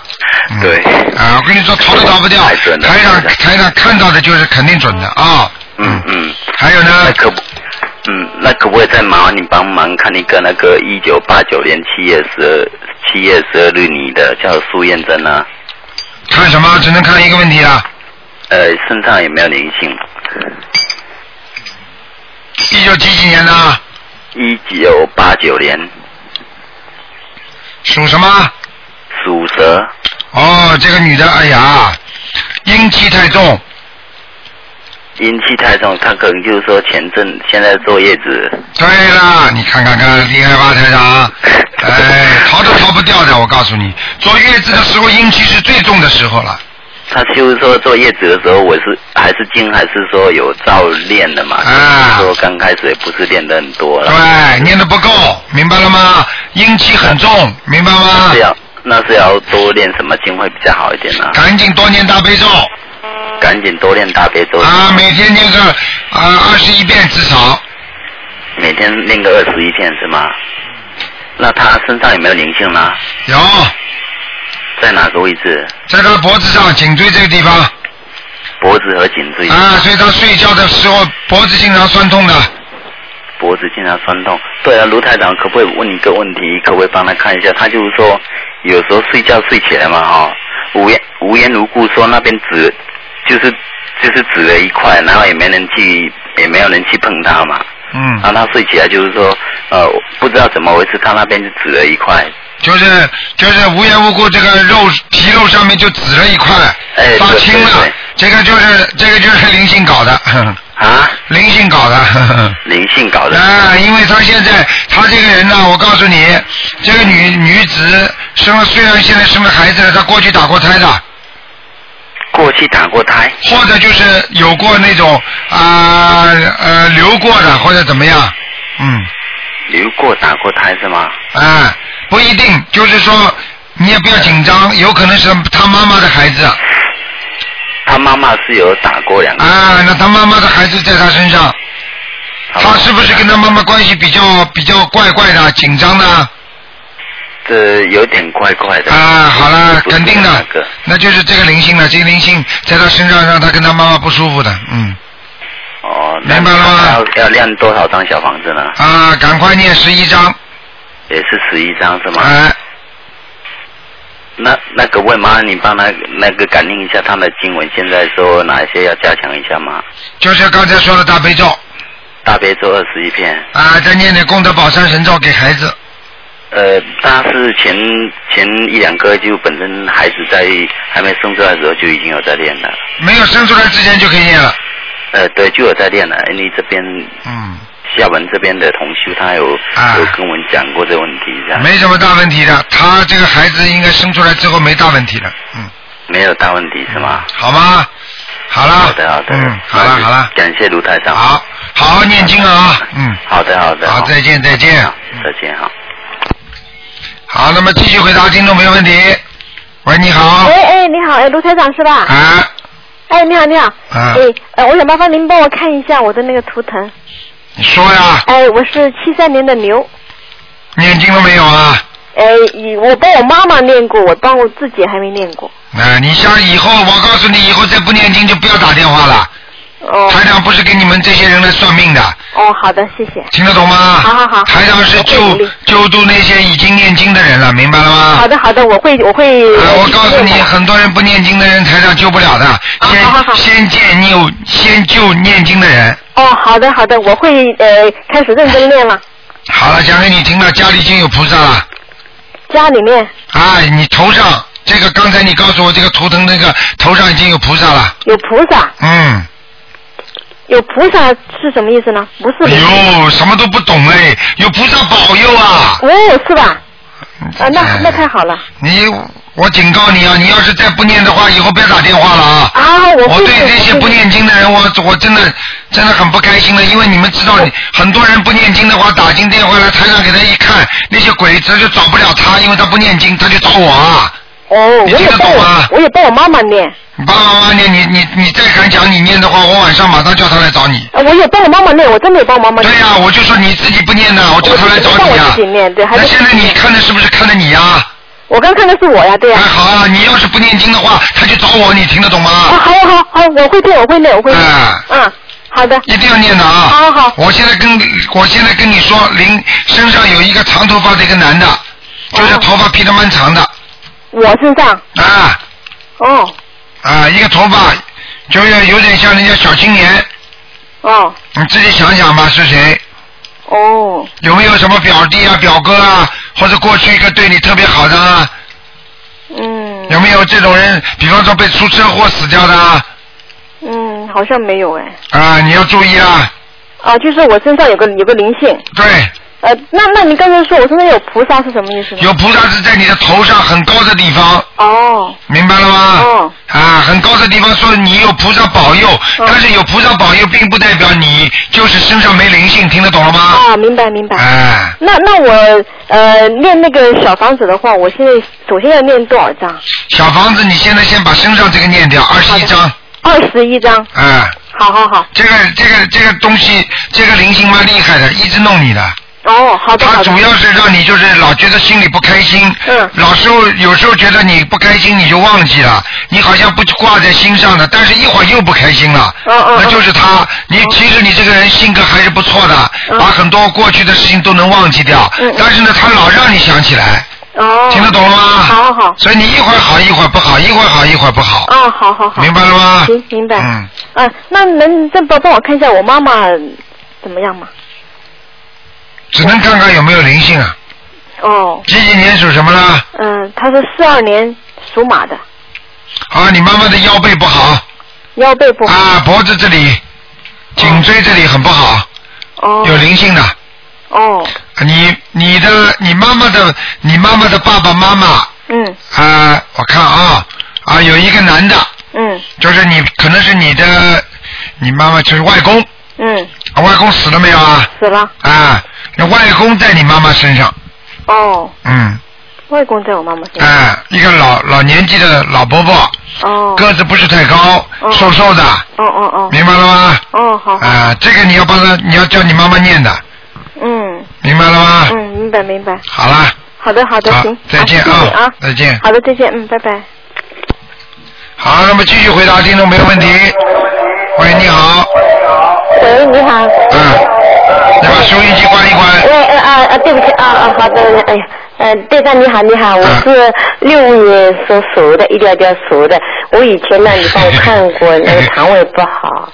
Speaker 9: 对。
Speaker 1: 啊，我跟你说，逃都逃不掉。台长，台长看到的就是肯定准的啊。
Speaker 9: 嗯嗯。
Speaker 1: 还有呢？
Speaker 9: 那可不，嗯，那可不可以再麻烦你帮忙看一个那个一九八九年七月十二七月十二日你的叫苏燕珍啊？
Speaker 1: 看什么？只能看一个问题啊。
Speaker 9: 呃，身上有没有灵性？
Speaker 1: 一九几几年的？
Speaker 9: 一九八九年
Speaker 1: 属什么？
Speaker 9: 属蛇，
Speaker 1: 哦，这个女的，哎呀，阴气太重，
Speaker 9: 阴气太重，她可能就是说前阵现在坐月子，
Speaker 1: 对了，你看看看，厉害吧，台长？哎，逃都逃不掉的，我告诉你，坐月子的时候阴气是最重的时候了。
Speaker 9: 她就是说坐月子的时候，我是还是经还是说有照练的嘛，
Speaker 1: 啊
Speaker 9: 就是说刚开始也不是练的很多了，
Speaker 1: 对，念的不够，明白了吗？阴气很重，明白吗？
Speaker 9: 是要那是要多练什么经会比较好一点呢、
Speaker 1: 赶紧多念大悲咒
Speaker 9: 赶紧多练大悲咒，
Speaker 1: 啊，每天念个啊二十一遍至少。
Speaker 9: 每天练个二十一遍是吗？那她身上有没有灵性呢？
Speaker 1: 有，
Speaker 9: 在哪个位置？
Speaker 1: 在她脖子上、颈椎这个地方
Speaker 9: 脖子和颈椎，
Speaker 1: 啊，所以她睡觉的时候脖子经常酸痛的。
Speaker 9: 脖子经常酸痛。对啊，卢台长，可不可以问一个问题？可不可以帮他看一下？他就是说，有时候睡觉睡起来嘛，哈、无缘无缘无故说那边紫，就是就是紫了一块，然后也没人去，也没有人去碰它嘛。
Speaker 1: 嗯
Speaker 9: 然后他睡起来就是说，呃，不知道怎么回事，他那边就紫了一块。
Speaker 1: 就是就是无缘无故这个肉皮肉上面就紫了一块，
Speaker 9: 哎
Speaker 1: 发青了，这个就是这个就是 灵性搞的。
Speaker 9: 啊？
Speaker 1: 灵性搞的。
Speaker 9: 灵性搞的。
Speaker 1: 啊，因为她现在她这个人呢，我告诉你，这个女女子生了虽然现在生了孩子了，她过去打过胎的，
Speaker 9: 过去打过胎，
Speaker 1: 或者就是有过那种啊呃流过的或者怎么样，嗯。
Speaker 9: 流过打过胎是吗？
Speaker 1: 啊，不一定，就是说你也不要紧张，有可能是他妈妈的孩子啊，
Speaker 9: 他妈妈是有打过两个，
Speaker 1: 啊那他妈妈的孩子在他身上，他是不是跟他妈妈关系比较比较怪怪的、紧张的？
Speaker 9: 这有点怪怪的。
Speaker 1: 啊，好了，
Speaker 9: 不是
Speaker 1: 肯定
Speaker 9: 那
Speaker 1: 的
Speaker 9: 个，
Speaker 1: 那就是这个灵性了，这个灵性在他身上让他跟他妈妈不舒服的，嗯，
Speaker 9: 哦，明白了吗？要要练多少张小房子呢？
Speaker 1: 啊，赶快念十一章，
Speaker 9: 也是十一张是吗？
Speaker 1: 哎，
Speaker 9: 那那个问妈，你帮他那个感应一下他的经文，现在说哪一些要加强一下吗？
Speaker 1: 就是刚才说的大悲咒，
Speaker 9: 大悲咒二十一片，
Speaker 1: 啊，再念点功德宝山神咒给孩子，
Speaker 9: 呃，他是前前一两个就本身孩子在还没生出来的时候就已经有在练了，
Speaker 1: 没有生出来之前就可以念了，
Speaker 9: 哎呃，对，就有在练了，因为这边
Speaker 1: 嗯。
Speaker 9: 厦门这边的同修，他有、有跟我们讲过这个问题，这样
Speaker 1: 没什么大问题的。他这个孩子应该生出来之后没大问题的，嗯，
Speaker 9: 没有大问题是吗？
Speaker 1: 好吗？好啦，
Speaker 9: 好的好的，嗯，好了好了，感谢卢台长，好，
Speaker 1: 好好念经啊，嗯，
Speaker 9: 好的好的，
Speaker 1: 好，再见再见，
Speaker 9: 再见哈。
Speaker 1: 好，那么继续回答听众朋友问题。喂，你好
Speaker 3: 喂，，哎，你好，哎，卢台长是吧？
Speaker 1: 啊。
Speaker 3: 哎，你好，你好。
Speaker 1: 啊
Speaker 3: 哎，呃，我想麻烦您帮我看一下我的那个图腾。
Speaker 1: 你说呀，
Speaker 3: 哎，我是七三年的牛。
Speaker 1: 念经了没有啊？
Speaker 3: 哎，以我帮我妈妈念过，我帮我自己还没念过。
Speaker 1: 啊，你像以后，我告诉你，以后再不念经就不要打电话了。
Speaker 3: 哦。
Speaker 1: 台长不是给你们这些人来算命的，
Speaker 3: 哦，好的，谢谢。
Speaker 1: 听得懂吗？
Speaker 3: 好好好。
Speaker 1: 台长是救救度那些已经念经的人了，明白了吗？
Speaker 3: 好的，好的，我会，我会。呃
Speaker 1: 啊，我告诉你，很多人不念经的人，台长救不了的。先先见你先救念经的人。
Speaker 3: 哦，好的，好的，我会呃开始认真念了。
Speaker 1: 好了，讲给你听了，家里已经有菩萨了。
Speaker 3: 家里面
Speaker 1: 啊，你头上这个，刚才你告诉我这个图腾那个头上已经有菩萨了。
Speaker 3: 有菩萨，
Speaker 1: 嗯，
Speaker 3: 有菩萨是什么意思呢？不是
Speaker 1: 哎呦，什么都不懂哎，有菩萨保佑啊！
Speaker 3: 哦，是吧？啊，那那太好了。
Speaker 1: 哎你，我警告你啊，你要是再不念的话，以后别打电话了啊！
Speaker 3: 啊，我
Speaker 1: 我对这些不念经的人，我我真的真的很不开心的，因为你们知道，很多人不念经的话，打进电话来，台上给他一看，那些鬼子就找不了他，因为他不念经，他就找我啊！
Speaker 3: 哦，我
Speaker 1: 你听
Speaker 3: 也
Speaker 1: 得
Speaker 3: 帮
Speaker 1: 懂吗
Speaker 3: 我，我也帮我妈妈念，
Speaker 1: 你爸爸妈妈啊念，你你你再敢讲你念的话，我晚上马上叫他来找你。
Speaker 3: 呃我也帮我妈妈念，我真的也帮我妈妈念。
Speaker 1: 对呀、我就说你自己不念呐，我叫他来找
Speaker 3: 我
Speaker 1: 你
Speaker 3: 帮
Speaker 1: 呀、
Speaker 3: 我自己念，对，还
Speaker 1: 那
Speaker 3: 是
Speaker 1: 现在你看的是不是看的你呀、
Speaker 3: 我刚看的是我呀，对呀。
Speaker 1: 哎，好啊，你要是不念经的话，他就找我，你听得懂吗？哎
Speaker 3: 啊，好好好，我会念，我会念，我会念。嗯，好的。
Speaker 1: 一定要念的啊！
Speaker 3: 好好。
Speaker 1: 我现在跟我现在跟你说，林身上有一个长头发的一个男的，就是头发披得蛮长的。
Speaker 3: 哦我身上。
Speaker 1: 啊。
Speaker 3: 哦。
Speaker 1: 啊，一个头发就是有点像人家小青年，
Speaker 3: 哦
Speaker 1: 你自己想想吧，是谁？
Speaker 3: 哦。
Speaker 1: 有没有什么表弟啊、表哥啊，或者过去一个对你特别好的啊？
Speaker 3: 嗯。
Speaker 1: 有没有这种人？比方说被出车祸死掉的啊？
Speaker 3: 嗯，好像没有哎。
Speaker 1: 啊，你要注意啊！
Speaker 3: 啊，就是我身上有个有个灵性。
Speaker 1: 对。
Speaker 3: 呃，那那你刚才说我身上有菩萨是什么意思呢？
Speaker 1: 有菩萨是在你的头上很高的地方。
Speaker 3: 哦。
Speaker 1: 明白了吗？哦。啊，很高的地方说你有菩萨保佑，
Speaker 3: 哦
Speaker 1: 但是有菩萨保佑并不代表你就是身上没灵性，听得懂了吗？
Speaker 3: 啊，明白明白。
Speaker 1: 哎，
Speaker 3: 那那我呃念那个小房子的话，我现在首先要念多少张？
Speaker 1: 小房子，你现在先把身上这个念掉，二十一章。
Speaker 3: 二十一张。
Speaker 1: 哎，
Speaker 3: 好好好。
Speaker 1: 这个这个这个东西，这个灵性蛮厉害的，一直弄你的。
Speaker 3: 哦，好
Speaker 1: 的。它主要是让你就是老觉得心里不开心，嗯，老时候有时候觉得你不开心你就忘记了，你好像不挂在心上的，但是一会儿又不开心了，
Speaker 3: 嗯
Speaker 1: 那就是他。你其实你这个人性格还是不错的，
Speaker 3: 嗯
Speaker 1: 把很多过去的事情都能忘记掉，但是呢，他老让你想起来。
Speaker 3: 哦。
Speaker 1: 听得懂了吗？
Speaker 3: 好好好。
Speaker 1: 所以你一会儿好一会儿不好，一会儿好一会儿不好。
Speaker 3: 哦，好好好。
Speaker 1: 明白了吗
Speaker 3: 行，明白。
Speaker 1: 嗯。
Speaker 3: 啊，那能再帮帮我看一下我妈妈怎么样吗？
Speaker 1: 只能看看有没有灵性啊。
Speaker 3: 哦，
Speaker 1: 几几年属什么呢？
Speaker 3: 嗯，她是四二年属马的，
Speaker 1: 啊，你妈妈的腰背不好。
Speaker 3: 腰背不
Speaker 1: 好。啊，脖子这里、颈椎这里很不好。
Speaker 3: 哦。
Speaker 1: 有灵性的。啊
Speaker 3: 哦。
Speaker 1: 你你的你妈妈的你妈妈的爸爸妈妈啊、
Speaker 3: 嗯
Speaker 1: 我看啊啊有一个男的，
Speaker 3: 嗯
Speaker 1: 就是你可能是你的你妈妈就是外公，
Speaker 3: 嗯，
Speaker 1: 啊外公死了没有啊？
Speaker 3: 死了。
Speaker 1: 啊，那外公在你妈妈身上，
Speaker 3: 哦，
Speaker 1: 嗯，
Speaker 3: 外公在我妈妈身上。
Speaker 1: 啊，一个老老年纪的老伯伯，
Speaker 3: 哦。
Speaker 1: 个子不是太高，
Speaker 3: 哦
Speaker 1: 瘦瘦的，
Speaker 3: 哦哦哦。
Speaker 1: 明白了吗？
Speaker 3: 哦，好。
Speaker 1: 啊，这个你要帮他，你要叫你妈妈念的，
Speaker 3: 嗯。
Speaker 1: 明白了吗？
Speaker 3: 嗯，明白明白。
Speaker 1: 好啦，
Speaker 3: 好的好的，
Speaker 1: 好
Speaker 3: 行。
Speaker 1: 再见
Speaker 3: 啊谢谢你啊。
Speaker 1: 再见。
Speaker 3: 好的，再见，嗯，拜拜。
Speaker 1: 好，那么继续回答听众朋友问题。喂，你好。
Speaker 10: 喂，你好。
Speaker 1: 嗯。你把收音机关一关。
Speaker 10: 喂，哦呃啊啊，对不起啊啊，好的，哎呀，呃，队长你好，你
Speaker 1: 啊
Speaker 10: 好，我是六五年属鼠的，一点点属的。我以前呢，你帮我看过， 那个肠胃不好，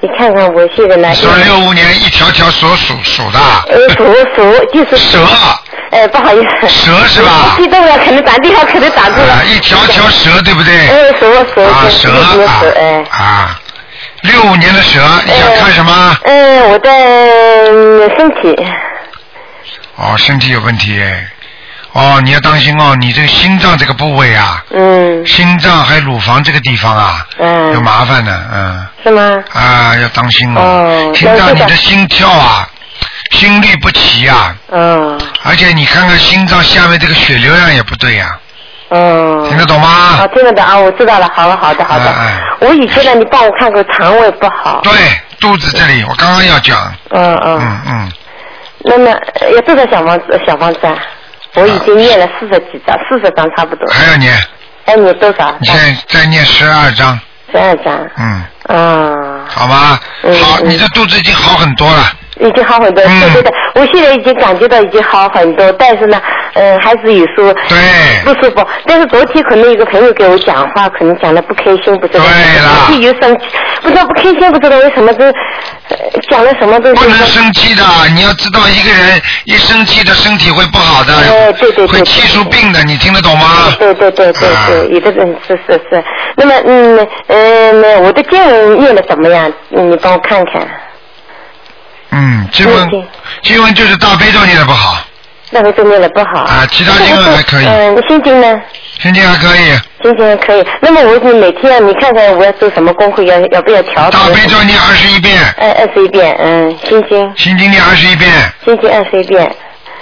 Speaker 10: 你看看我现在呢。
Speaker 1: 说六五年一条条所属属的。
Speaker 10: 呃，属鼠就是
Speaker 1: 蛇。啊
Speaker 10: 哎，不好意思。
Speaker 1: 蛇是吧
Speaker 10: 激动了，可能打电话可能打错了。
Speaker 1: 啊，一条条蛇，对不对？
Speaker 10: 哎，蛇蛇
Speaker 1: 啊，
Speaker 10: 对
Speaker 1: 蛇
Speaker 10: 一条条
Speaker 1: 啊
Speaker 10: 蛇哎，
Speaker 1: 啊，六五年的蛇，你
Speaker 3: 哎
Speaker 1: 想看什么？
Speaker 10: 嗯、我的嗯身体，
Speaker 1: 哦，身体有问题哎。哦，你要当心哦，你这个心脏这个部位啊，
Speaker 10: 嗯，
Speaker 1: 心脏还有乳房这个地方啊，
Speaker 10: 嗯
Speaker 1: 有麻烦的，嗯，
Speaker 10: 是吗？
Speaker 1: 啊，要当心
Speaker 10: 哦
Speaker 1: 心
Speaker 10: 那
Speaker 1: 脏
Speaker 10: 这
Speaker 1: 你
Speaker 10: 个
Speaker 1: 的心跳啊，心律不齐啊，
Speaker 10: 嗯，
Speaker 1: 而且你看看心脏下面这个血流量也不对啊呀、
Speaker 10: 嗯，
Speaker 1: 听得懂吗？哎
Speaker 10: 好，听得懂啊，我知道了。好了，好的，好的。我以前呢，你帮我看过肠胃不好。
Speaker 1: 对，肚子这里我刚刚要讲，
Speaker 10: 嗯嗯。
Speaker 1: 嗯嗯，
Speaker 10: 那么呃要多少小房子？小房子啊？我已经念了四十几张，四十张差不多。
Speaker 1: 还要念，
Speaker 10: 哎，你多少？
Speaker 1: 你现在再念十二章，
Speaker 10: 十二张。
Speaker 1: 嗯，
Speaker 10: 嗯，
Speaker 1: 好吧？好，你这肚子已经好很多了，
Speaker 10: 已经好很多。对对对，我现在已经感觉到已经好很多，但是呢，嗯，还是有时候不舒服。但是昨天可能有个朋友给我讲话，可能讲的不开心，不知道。对了。昨天又生气，不知道不开心，不知道为什么这、呃讲了什么东西。
Speaker 1: 不能生气的，你要知道一个人一生气的身体会不好的，会气出病的，你听得懂吗？
Speaker 10: 对对对对对，有的人是是是。那么嗯嗯，那我的经文念的怎么样？嗯你帮我看看。
Speaker 1: 嗯，经文经文就是大悲咒念的不好，
Speaker 10: 那个都念的不好。
Speaker 1: 啊其他经文还可以
Speaker 10: 嗯，心经呢？
Speaker 1: 心经还可以，
Speaker 10: 心经还可以。那么我每天啊你看看我要做什么功课，要要不要调？大悲
Speaker 1: 咒念二十一遍。
Speaker 10: 嗯，二十一遍，嗯，心经。
Speaker 1: 心经念二十一遍。
Speaker 10: 心经二十一遍，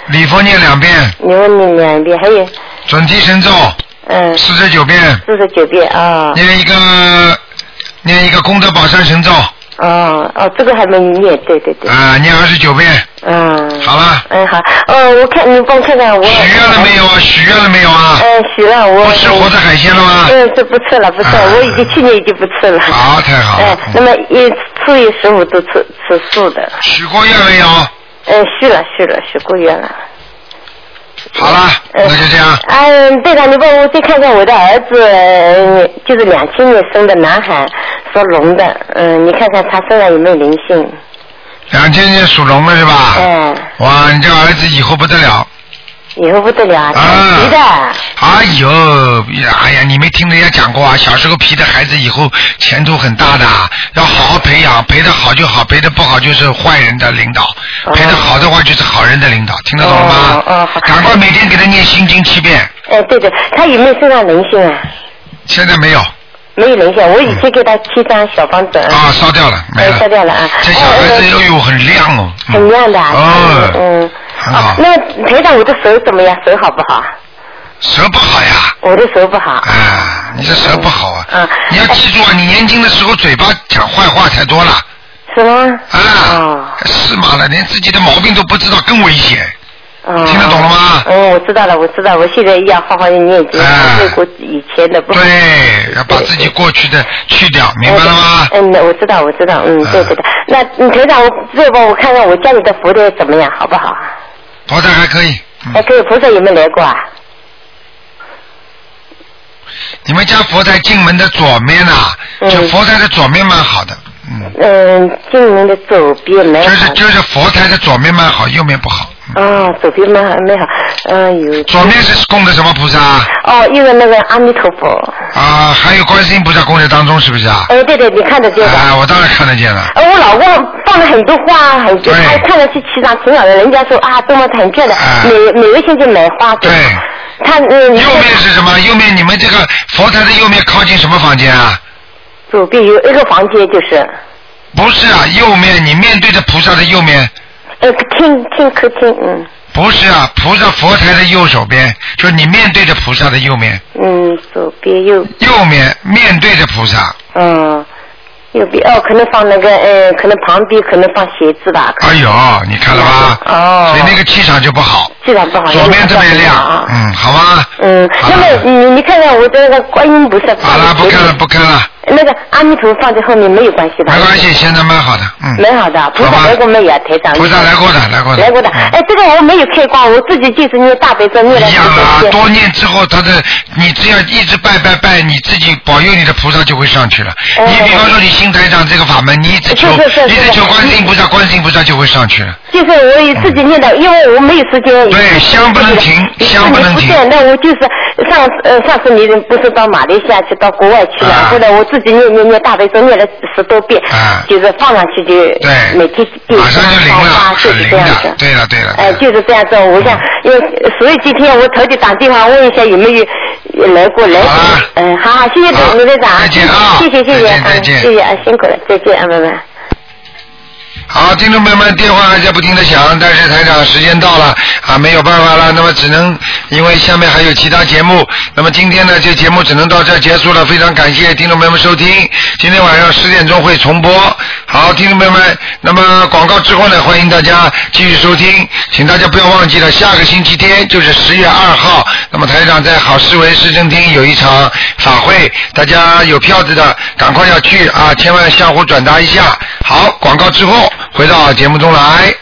Speaker 1: 礼佛念两遍，
Speaker 10: 你问你两遍，还有
Speaker 1: 准提神咒
Speaker 10: 嗯
Speaker 1: 四十九遍，
Speaker 10: 四十九遍啊。
Speaker 1: 念一个念一个功德宝山神咒啊、
Speaker 10: 哦哦，这个还没念，对对对。
Speaker 1: 念二十九遍，
Speaker 10: 嗯。
Speaker 1: 好了。
Speaker 10: 嗯好，哦，我看你帮我看看我。许愿
Speaker 1: 了没有啊？许愿了没有啊？
Speaker 10: 嗯，许了我。不吃活
Speaker 1: 的海鲜了吗？啊
Speaker 10: 嗯，这不吃了，不吃了，我已经去年已经不吃了。
Speaker 1: 好，太好了
Speaker 10: 哎，那么一初一十五都吃吃素的。
Speaker 1: 许过愿没有？
Speaker 10: 嗯，许了许了，许过愿了。
Speaker 1: 好了，
Speaker 10: 那
Speaker 1: 就这样。
Speaker 10: 哎，队长，你帮我再看看我的儿子，呃就是两千年生的男孩，属龙的，嗯，你看看他身上有没有灵性？
Speaker 1: 两千年属龙的是吧？
Speaker 10: 嗯，
Speaker 1: 哇，你这儿子以后不得了。
Speaker 10: 以后不得了，太急的。
Speaker 1: 哎呦，哎呀，你没听人家讲过啊？小时候皮的孩子以后前途很大的，要好好培养，培的好就好，培的不好就是坏人的领导，培的好的话就是好人的领导，听得懂吗？
Speaker 10: 哦
Speaker 1: 赶快每天给他念心经七遍，
Speaker 10: 哎，对对，他有没有身上灵性啊？
Speaker 1: 现在没有嗯
Speaker 10: 没有灵性，我以前给他七张小方子。啊，
Speaker 1: 烧掉了，没
Speaker 10: 哎，
Speaker 1: 了。
Speaker 10: 烧掉了啊。
Speaker 1: 这小孩子哎呦很亮哦，
Speaker 10: 很亮的啊。
Speaker 1: 哦
Speaker 10: 嗯。
Speaker 1: 很好，
Speaker 10: 那么陪长，我的手怎么样？手好不好？
Speaker 1: 啊蛇不好呀，
Speaker 10: 我的手不好。
Speaker 1: 啊，你这蛇不好
Speaker 10: 嗯
Speaker 1: 啊。你要记住啊，你年轻的时候嘴巴讲坏话太多了。
Speaker 10: 是吗？嗯
Speaker 1: 啊，是嘛了，连自己的毛病都不知道，更危险。
Speaker 10: 听得懂
Speaker 1: 了吗？啊
Speaker 10: 嗯，我知道了，我知道，我现在要好好的念经，对过以前的不好。
Speaker 1: 对，要把自己过去的去掉，明白了吗？啊
Speaker 10: 嗯，我知道，我知道，嗯，对对对。那嗯，台长，我这帮我看看我家里的佛台怎么样，好不好？
Speaker 1: 佛台还可以，
Speaker 10: 哎，可以，菩萨有没有来过啊？
Speaker 1: 你们家佛台进门的左面呐、就佛台的左面蛮好的，
Speaker 10: 嗯，进门的左边没有。
Speaker 1: 就是就是佛台的左面蛮好，右面不好。
Speaker 10: 啊，左边没没好，嗯有。
Speaker 1: 嗯左面是供的什么菩萨啊？
Speaker 10: 哦，一个那个阿弥陀佛。
Speaker 1: 啊，还有观世音菩萨供在当中，是不是啊？
Speaker 10: 哎，对对，你看得见的。
Speaker 1: 啊，我当然看得见了。
Speaker 10: 呃，我老公放了很多花，很多，他看上去气场挺好的，人家说啊，多么很漂亮，
Speaker 1: 哎
Speaker 10: 每每个星期买花。对。他嗯，
Speaker 1: 右面是什么？右面你们这个佛台的右面靠近什么房间啊？
Speaker 10: 左边有一个房间就是，
Speaker 1: 不是啊，右面你面对着菩萨的右面。
Speaker 10: 呃，厅厅客厅，嗯
Speaker 1: 不是啊，菩萨佛台的右手边，就是你面对着菩萨的右面，
Speaker 10: 嗯，左边右
Speaker 1: 右面面对着菩萨。
Speaker 10: 嗯右边哦，可能放那个呃，可能旁边可能放鞋子吧，可能
Speaker 1: 哎呦，你看了吧？
Speaker 10: 哦。
Speaker 1: 所以那个气场就不好，
Speaker 10: 气场不好。
Speaker 1: 左边特别
Speaker 10: 那个
Speaker 1: 亮
Speaker 10: 放啊。
Speaker 1: 嗯，好吗？
Speaker 10: 嗯，那么你你看看我的那个观音菩萨好了，不看了，
Speaker 1: 不看了。
Speaker 10: 那个阿弥陀佛放在后面没有关系吧？没关
Speaker 1: 系，现在蛮好的，嗯。
Speaker 10: 蛮好的，菩萨来过没有啊，台长？
Speaker 1: 菩萨来过的，来过的。
Speaker 10: 来过的。哎，这个我没有开光，我自己就是念大悲咒念了。
Speaker 1: 啊，多念之后，他的你只要一直拜拜拜，你自己保佑你的菩萨就会上去了。你比方说你新台长这个法门，你一直求，
Speaker 10: 是是是
Speaker 1: 一直
Speaker 10: 是
Speaker 1: 求观世音菩萨，观世音菩萨就会上去了。
Speaker 10: 就是我也自己念的，因为我没有时间。对，
Speaker 1: 香不能停，
Speaker 10: 香不能停。不是，那我就是上次呃上次你不是到马来西亚去到国外去了，后来我自自己念念念大悲咒，念了十多遍，就是放上去就
Speaker 1: 对
Speaker 10: 每天第啊马上就灵了，就是这样子。
Speaker 1: 对了对了，
Speaker 10: 哎，就是这样子，我想，因为所以今天我头就打电话问一下有没有来过来。嗯，好好，谢谢卢队长，再见啊，谢谢谢谢，啊，谢谢啊，辛苦了，再见啊，拜拜。
Speaker 1: 好，听众朋友们，电话还在不停的响，但是台长时间到了啊，没有办法了，那么只能因为下面还有其他节目，那么今天呢，这节目只能到这儿结束了，非常感谢听众朋友们收听，今天晚上十点钟会重播。好，听众朋友们，那么广告之后呢，欢迎大家继续收听，请大家不要忘记了，下个星期天就是十月二号，那么台长在好市委市政厅有一场法会，大家有票子的赶快要去啊，千万相互转达一下。好，广告之后。回到节目中来。